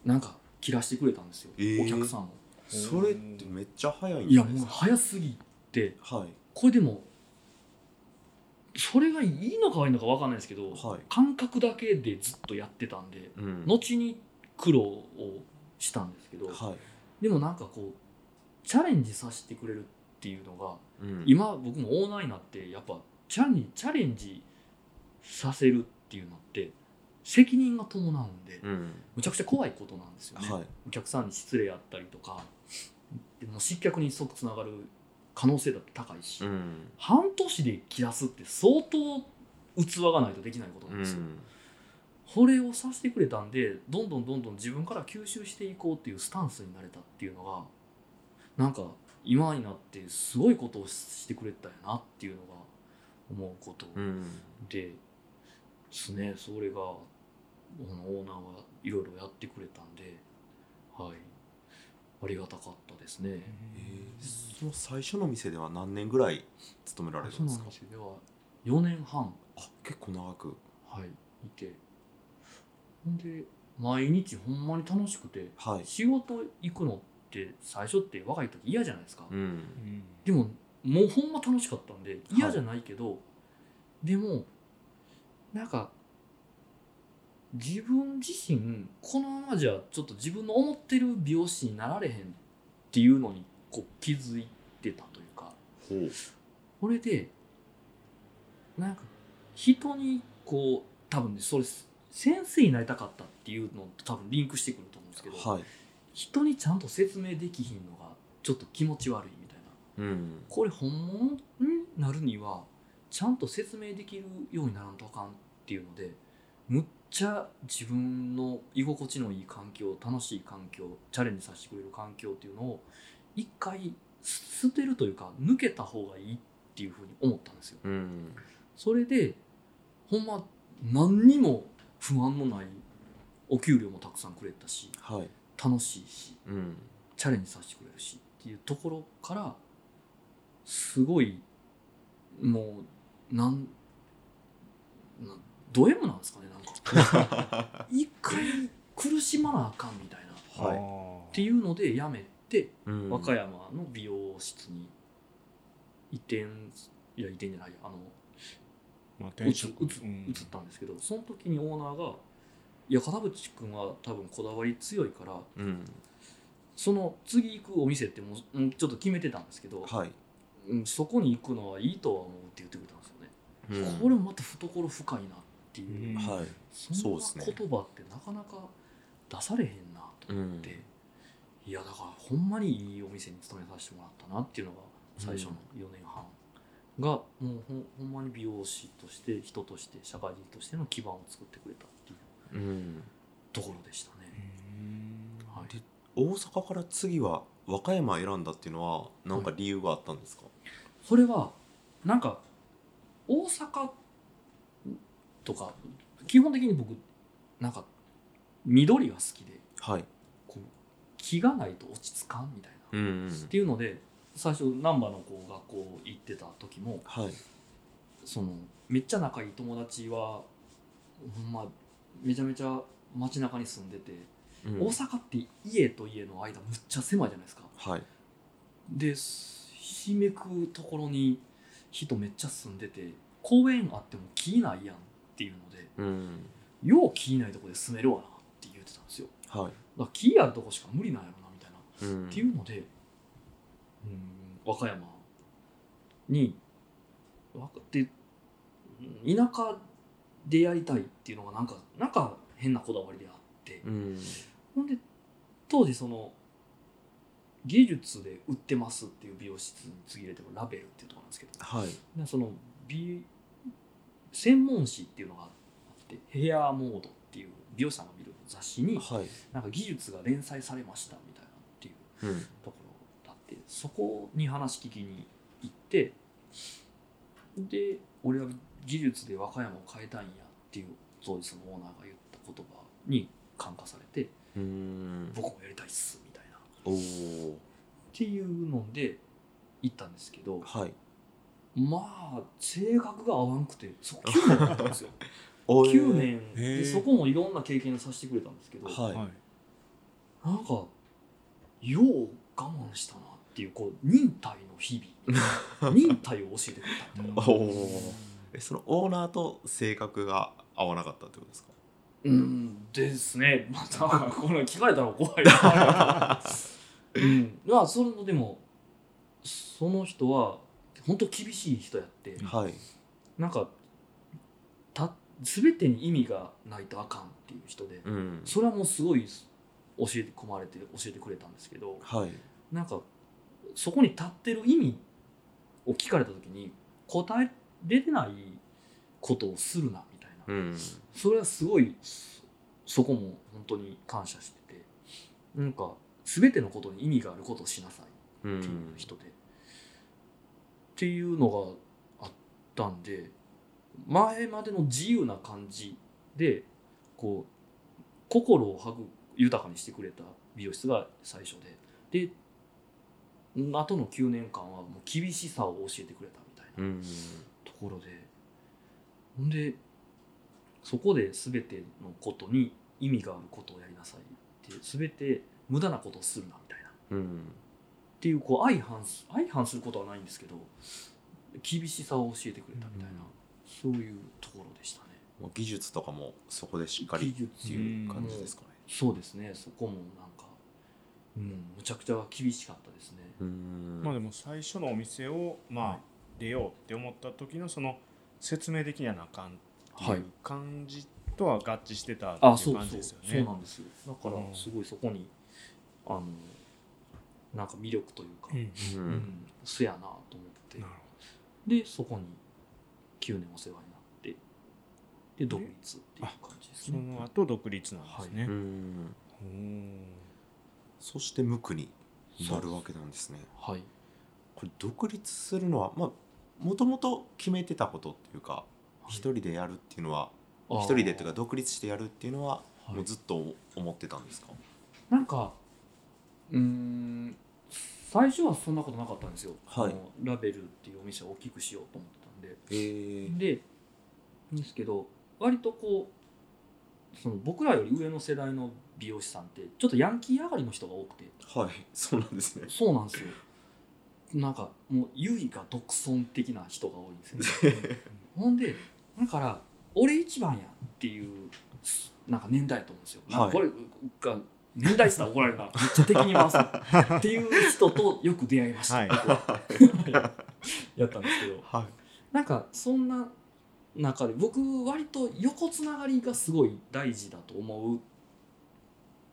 [SPEAKER 3] なんか切らしてくれたんですよ、
[SPEAKER 2] えー
[SPEAKER 3] お客さんを
[SPEAKER 2] それってめっちゃ早いん
[SPEAKER 3] い
[SPEAKER 2] じ
[SPEAKER 3] や
[SPEAKER 2] ゃないで
[SPEAKER 3] もう
[SPEAKER 2] すか
[SPEAKER 3] 早すぎて
[SPEAKER 2] はい
[SPEAKER 3] これでもそれがいいのか悪いのか分かんないですけど、
[SPEAKER 2] はい
[SPEAKER 3] 感覚だけでずっとやってたんで
[SPEAKER 2] うん
[SPEAKER 3] 後に苦労をしたんですけど、
[SPEAKER 2] はい
[SPEAKER 3] でもなんかこうチャレンジさせてくれるっていうのが
[SPEAKER 2] うん
[SPEAKER 3] 今僕もオーナーになってやっぱチャレンジチャレンジさせるっていうのって責任が伴うんで
[SPEAKER 2] うん
[SPEAKER 3] むちゃくちゃ怖いことなんですよね、
[SPEAKER 2] はい
[SPEAKER 3] お客さんに失礼やったりとかでも失脚に即つながる可能性だって高いし、
[SPEAKER 2] うん
[SPEAKER 3] 半年で切らすって相当器がないとできないことなん
[SPEAKER 2] う
[SPEAKER 3] ですよ、
[SPEAKER 2] ん
[SPEAKER 3] これをさせてくれたんでどんどんどんどん自分から吸収していこうっていうスタンスになれたっていうのがなんか今になってすごいことをしてくれたよなっていうのが思うこと
[SPEAKER 2] うん
[SPEAKER 3] でですねそれがこのオーナーはいろいろやってくれたんではいありがたかったですね。
[SPEAKER 2] えーその最初の店では何年ぐらい勤められる
[SPEAKER 3] そ
[SPEAKER 2] ん
[SPEAKER 3] う
[SPEAKER 2] で
[SPEAKER 3] な
[SPEAKER 2] す
[SPEAKER 3] ん
[SPEAKER 2] か
[SPEAKER 3] ですよでは4年半
[SPEAKER 2] あ結構長く
[SPEAKER 3] はいいてほんで毎日ほんまに楽しくて
[SPEAKER 2] はい
[SPEAKER 3] 仕事行くのって最初って若い時嫌じゃないですか、
[SPEAKER 2] うん
[SPEAKER 3] でももうほんま楽しかったんで嫌じゃないけど、でもなんか自分自身このままじゃちょっと自分の思ってる美容師になられへんっていうのにこう気づいてたというか
[SPEAKER 2] ほう
[SPEAKER 3] これでなんか人にこう多分ねそれ先生になりたかったっていうのと多分リンクしてくると思うんですけど、
[SPEAKER 2] はい
[SPEAKER 3] 人にちゃんと説明できひんのがちょっと気持ち悪いみたいな
[SPEAKER 2] うん
[SPEAKER 3] これ本物になるにはちゃんと説明できるようにならんとあかんっていうのでむっちゃ自分の居心地のいい環境楽しい環境チャレンジさせてくれる環境っていうのを一回捨てるというか抜けた方がいいっていうふうに思ったんですよ。
[SPEAKER 2] うん
[SPEAKER 3] それでほんま何にも不安のないお給料もたくさんくれたし
[SPEAKER 2] はい
[SPEAKER 3] 楽しいし
[SPEAKER 2] うん
[SPEAKER 3] チャレンジさせてくれるしっていうところからすごいもうなんなド M なんですかねなんか一回苦しまなあかんみたいなっ
[SPEAKER 2] はい
[SPEAKER 1] い
[SPEAKER 3] ていうので辞めて
[SPEAKER 2] うん
[SPEAKER 3] 和歌山の美容室に移転いや移転じゃないやあの
[SPEAKER 1] まあ
[SPEAKER 3] 移
[SPEAKER 1] 転
[SPEAKER 3] つ移
[SPEAKER 1] 職
[SPEAKER 3] つ移ったんですけどその時にオーナーが「いや片渕君は多分こだわり強いから
[SPEAKER 2] うん
[SPEAKER 3] その次行くお店ってもううんちょっと決めてたんですけど、
[SPEAKER 2] はい
[SPEAKER 3] うん、そこに行くのはいいとは思うって言ってくれたんですよね、
[SPEAKER 2] うん
[SPEAKER 3] これもまた懐深いなっていう、
[SPEAKER 1] うん
[SPEAKER 2] はい
[SPEAKER 3] そん
[SPEAKER 2] そう
[SPEAKER 3] な
[SPEAKER 2] ですね
[SPEAKER 3] 言葉ってなかなか出されへんなと
[SPEAKER 2] う
[SPEAKER 3] 思っ
[SPEAKER 2] ん
[SPEAKER 3] て、いやだからほんまにいいお店に勤めさせてもらったなっていうのが最初の4年半がもうほんほんまに美容師として人として社会人としての基盤を作ってくれたっていう
[SPEAKER 2] うん
[SPEAKER 3] ところでしたね、はい
[SPEAKER 2] で大阪から次は和歌山選んだっていうのは何か理由があったんですか、
[SPEAKER 3] それはなんか大阪とか基本的に僕なんか緑が好きで
[SPEAKER 2] はい
[SPEAKER 3] こう気がないと落ち着かんみたいな、
[SPEAKER 2] うんうん
[SPEAKER 3] っていうので最初難波のこう学校行ってた時も
[SPEAKER 2] はい
[SPEAKER 3] そのめっちゃ仲いい友達はほんまめちゃめちゃ街中に住んでて、
[SPEAKER 2] うん
[SPEAKER 3] 大阪って家と家の間むっちゃ狭いじゃないですか
[SPEAKER 2] はい
[SPEAKER 3] でひしめくところに人めっちゃ住んでて公園あっても木ないやんっていうので
[SPEAKER 2] うん
[SPEAKER 3] よう木ないとこで住めるわなって言ってたんですよ
[SPEAKER 2] は
[SPEAKER 3] だから木あるとこしか無理なんやろなみたいな、
[SPEAKER 2] いうん
[SPEAKER 3] っていうのでうん和歌山にわかでうん田舎でやりたいっていうのがなんかなんか変なこだわりであって、
[SPEAKER 2] うん
[SPEAKER 3] ほんで当時その技術で売ってますっていう美容室に次入れてもラベルっていうところなんですけど
[SPEAKER 2] はい
[SPEAKER 3] でその美専門誌っていうのがあってヘアモードっていう美容師さんが見る雑誌に
[SPEAKER 2] はい
[SPEAKER 3] なんか技術が連載されましたみたいなっていう
[SPEAKER 2] うん
[SPEAKER 3] ところだってそこに話聞きに行ってで俺は技術で和歌山を変えたいんやっていう当時そのオーナーが言った言葉に感化されて
[SPEAKER 2] うん
[SPEAKER 3] 僕もやりたいっすみたいなっ
[SPEAKER 2] おお
[SPEAKER 3] ていうので行ったんですけど
[SPEAKER 2] はい
[SPEAKER 3] まあ性格が合わんくてそこ9年だったん ですよ
[SPEAKER 2] おー
[SPEAKER 3] 9年
[SPEAKER 1] へ
[SPEAKER 3] で
[SPEAKER 1] え
[SPEAKER 3] そこもいろんな経験させてくれたんですけど、
[SPEAKER 2] はい、
[SPEAKER 1] はい
[SPEAKER 3] なんかよう我慢したなっていうこう忍耐の 日々忍耐を教えてくれたみたいな
[SPEAKER 2] おおえそのオーナーと性格が合わなかったってことですか
[SPEAKER 3] うんですねま たこれ聞かれたら怖いなうんまあそのでもその人は本当厳しい人やって
[SPEAKER 2] はい
[SPEAKER 3] なんかた全てに意味がないとあかんっていう人で
[SPEAKER 2] うん
[SPEAKER 3] それはもうすごい教え込まれて教えてくれたんですけど
[SPEAKER 2] はい
[SPEAKER 3] なんかそこに立ってる意味を聞かれた時に答えれてないことをするなみたいな、
[SPEAKER 2] うん
[SPEAKER 3] それはすごいそそこも本当に感謝しててなんか全てのことに意味があることをしなさい
[SPEAKER 2] うん
[SPEAKER 3] っていう人で、っていうのがあったんで前までの自由な感じでこう心をはぐ豊かにしてくれた美容室が最初でであとの9年間はもう厳しさを教えてくれたみたいな
[SPEAKER 2] うん
[SPEAKER 3] ところでほんでそこで全てのことに意味があることをやりなさいって全て無駄なことをするなみたいな
[SPEAKER 2] うん
[SPEAKER 3] っていうこう相反す相反することはないんですけど厳しさを教えてくれたみたいな、そういうところでしたね
[SPEAKER 2] もう技術とかもそこでしっかり
[SPEAKER 3] 技術
[SPEAKER 2] っていう感じですかね
[SPEAKER 3] そうですねそこもなんかうんむちゃくちゃ厳しかったですね
[SPEAKER 2] うん
[SPEAKER 1] まあでも最初のお店をまあ出ようって思った時のその説明的にはなあかんっていう感じとは合致してたってい
[SPEAKER 3] あそうう
[SPEAKER 1] 感じ
[SPEAKER 3] そう
[SPEAKER 1] です
[SPEAKER 3] そ
[SPEAKER 1] よね
[SPEAKER 3] うな。んですよだから
[SPEAKER 1] うん
[SPEAKER 3] すごいそこにあのなんか魅力というか、
[SPEAKER 1] うん
[SPEAKER 2] う
[SPEAKER 3] うん
[SPEAKER 2] ん
[SPEAKER 3] そやなと思って
[SPEAKER 1] なる
[SPEAKER 3] でそこに9年お世話になってで独立っていう感じです
[SPEAKER 1] そ
[SPEAKER 3] ね
[SPEAKER 1] の後独立なんですね。
[SPEAKER 2] うん
[SPEAKER 1] おー
[SPEAKER 2] そして無垢になるわけなんですね
[SPEAKER 3] はい
[SPEAKER 2] これ独立するのはまあもともと決めてたことっていうか一人でやるっていうのは一人でっていうか
[SPEAKER 3] か
[SPEAKER 2] 独立してやるっていうのはもうずっと思ってたんですか
[SPEAKER 3] なんかうーん最初はそんなことなかったんですよ、
[SPEAKER 2] はい
[SPEAKER 3] あのラベルっていうお店を大きくしようと思って
[SPEAKER 2] ええ
[SPEAKER 3] たんででですけど割とこうその僕らより上の世代の美容師さんってちょっとヤンキー上がりの人が多くて
[SPEAKER 2] はいそうなんですね
[SPEAKER 3] そうなんですよなんかもう優位が独尊的な人が多いんですよほんでだから俺一番やっていうなんか年代だと思うんですよ、
[SPEAKER 2] はい
[SPEAKER 3] これが年代したら怒られるなめっちゃ敵に回すなっていう人とよく出会いました、
[SPEAKER 1] はい
[SPEAKER 3] 僕はやったんですけど
[SPEAKER 2] はい
[SPEAKER 3] なんかそんな中で僕割と横つながりがすごい大事だと思う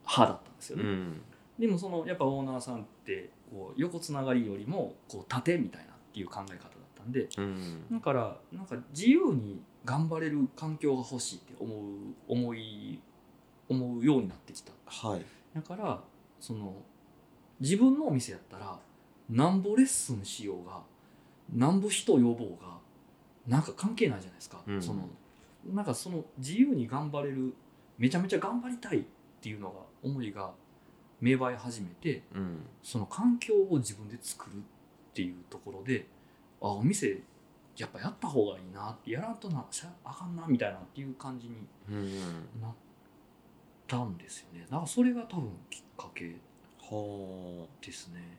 [SPEAKER 3] 派だったんですよね、
[SPEAKER 2] うん
[SPEAKER 3] でもそのやっぱオーナーさんってこう横つながりよりもこう縦みたいなっていう考え方だったんで
[SPEAKER 2] うん
[SPEAKER 3] だからなんか自由に頑張れる環境が欲しいって思う思い思うようになってきた
[SPEAKER 2] はい
[SPEAKER 3] だからその自分のお店やったらなんぼレッスンしようがなんぼ人呼ぼうがなんか関係ないじゃないですか、
[SPEAKER 2] うん
[SPEAKER 3] そのなんかその自由に頑張れるめちゃめちゃ頑張りたいっていうのが思いが芽生え始めて
[SPEAKER 2] うん
[SPEAKER 3] その環境を自分で作るっていうところであお店やっぱやった方がいいなやらんとなしゃあかんなみたいなっていう感じに
[SPEAKER 2] うん
[SPEAKER 3] なったんですよねだからそれが多分きっかけ
[SPEAKER 2] は
[SPEAKER 3] ですね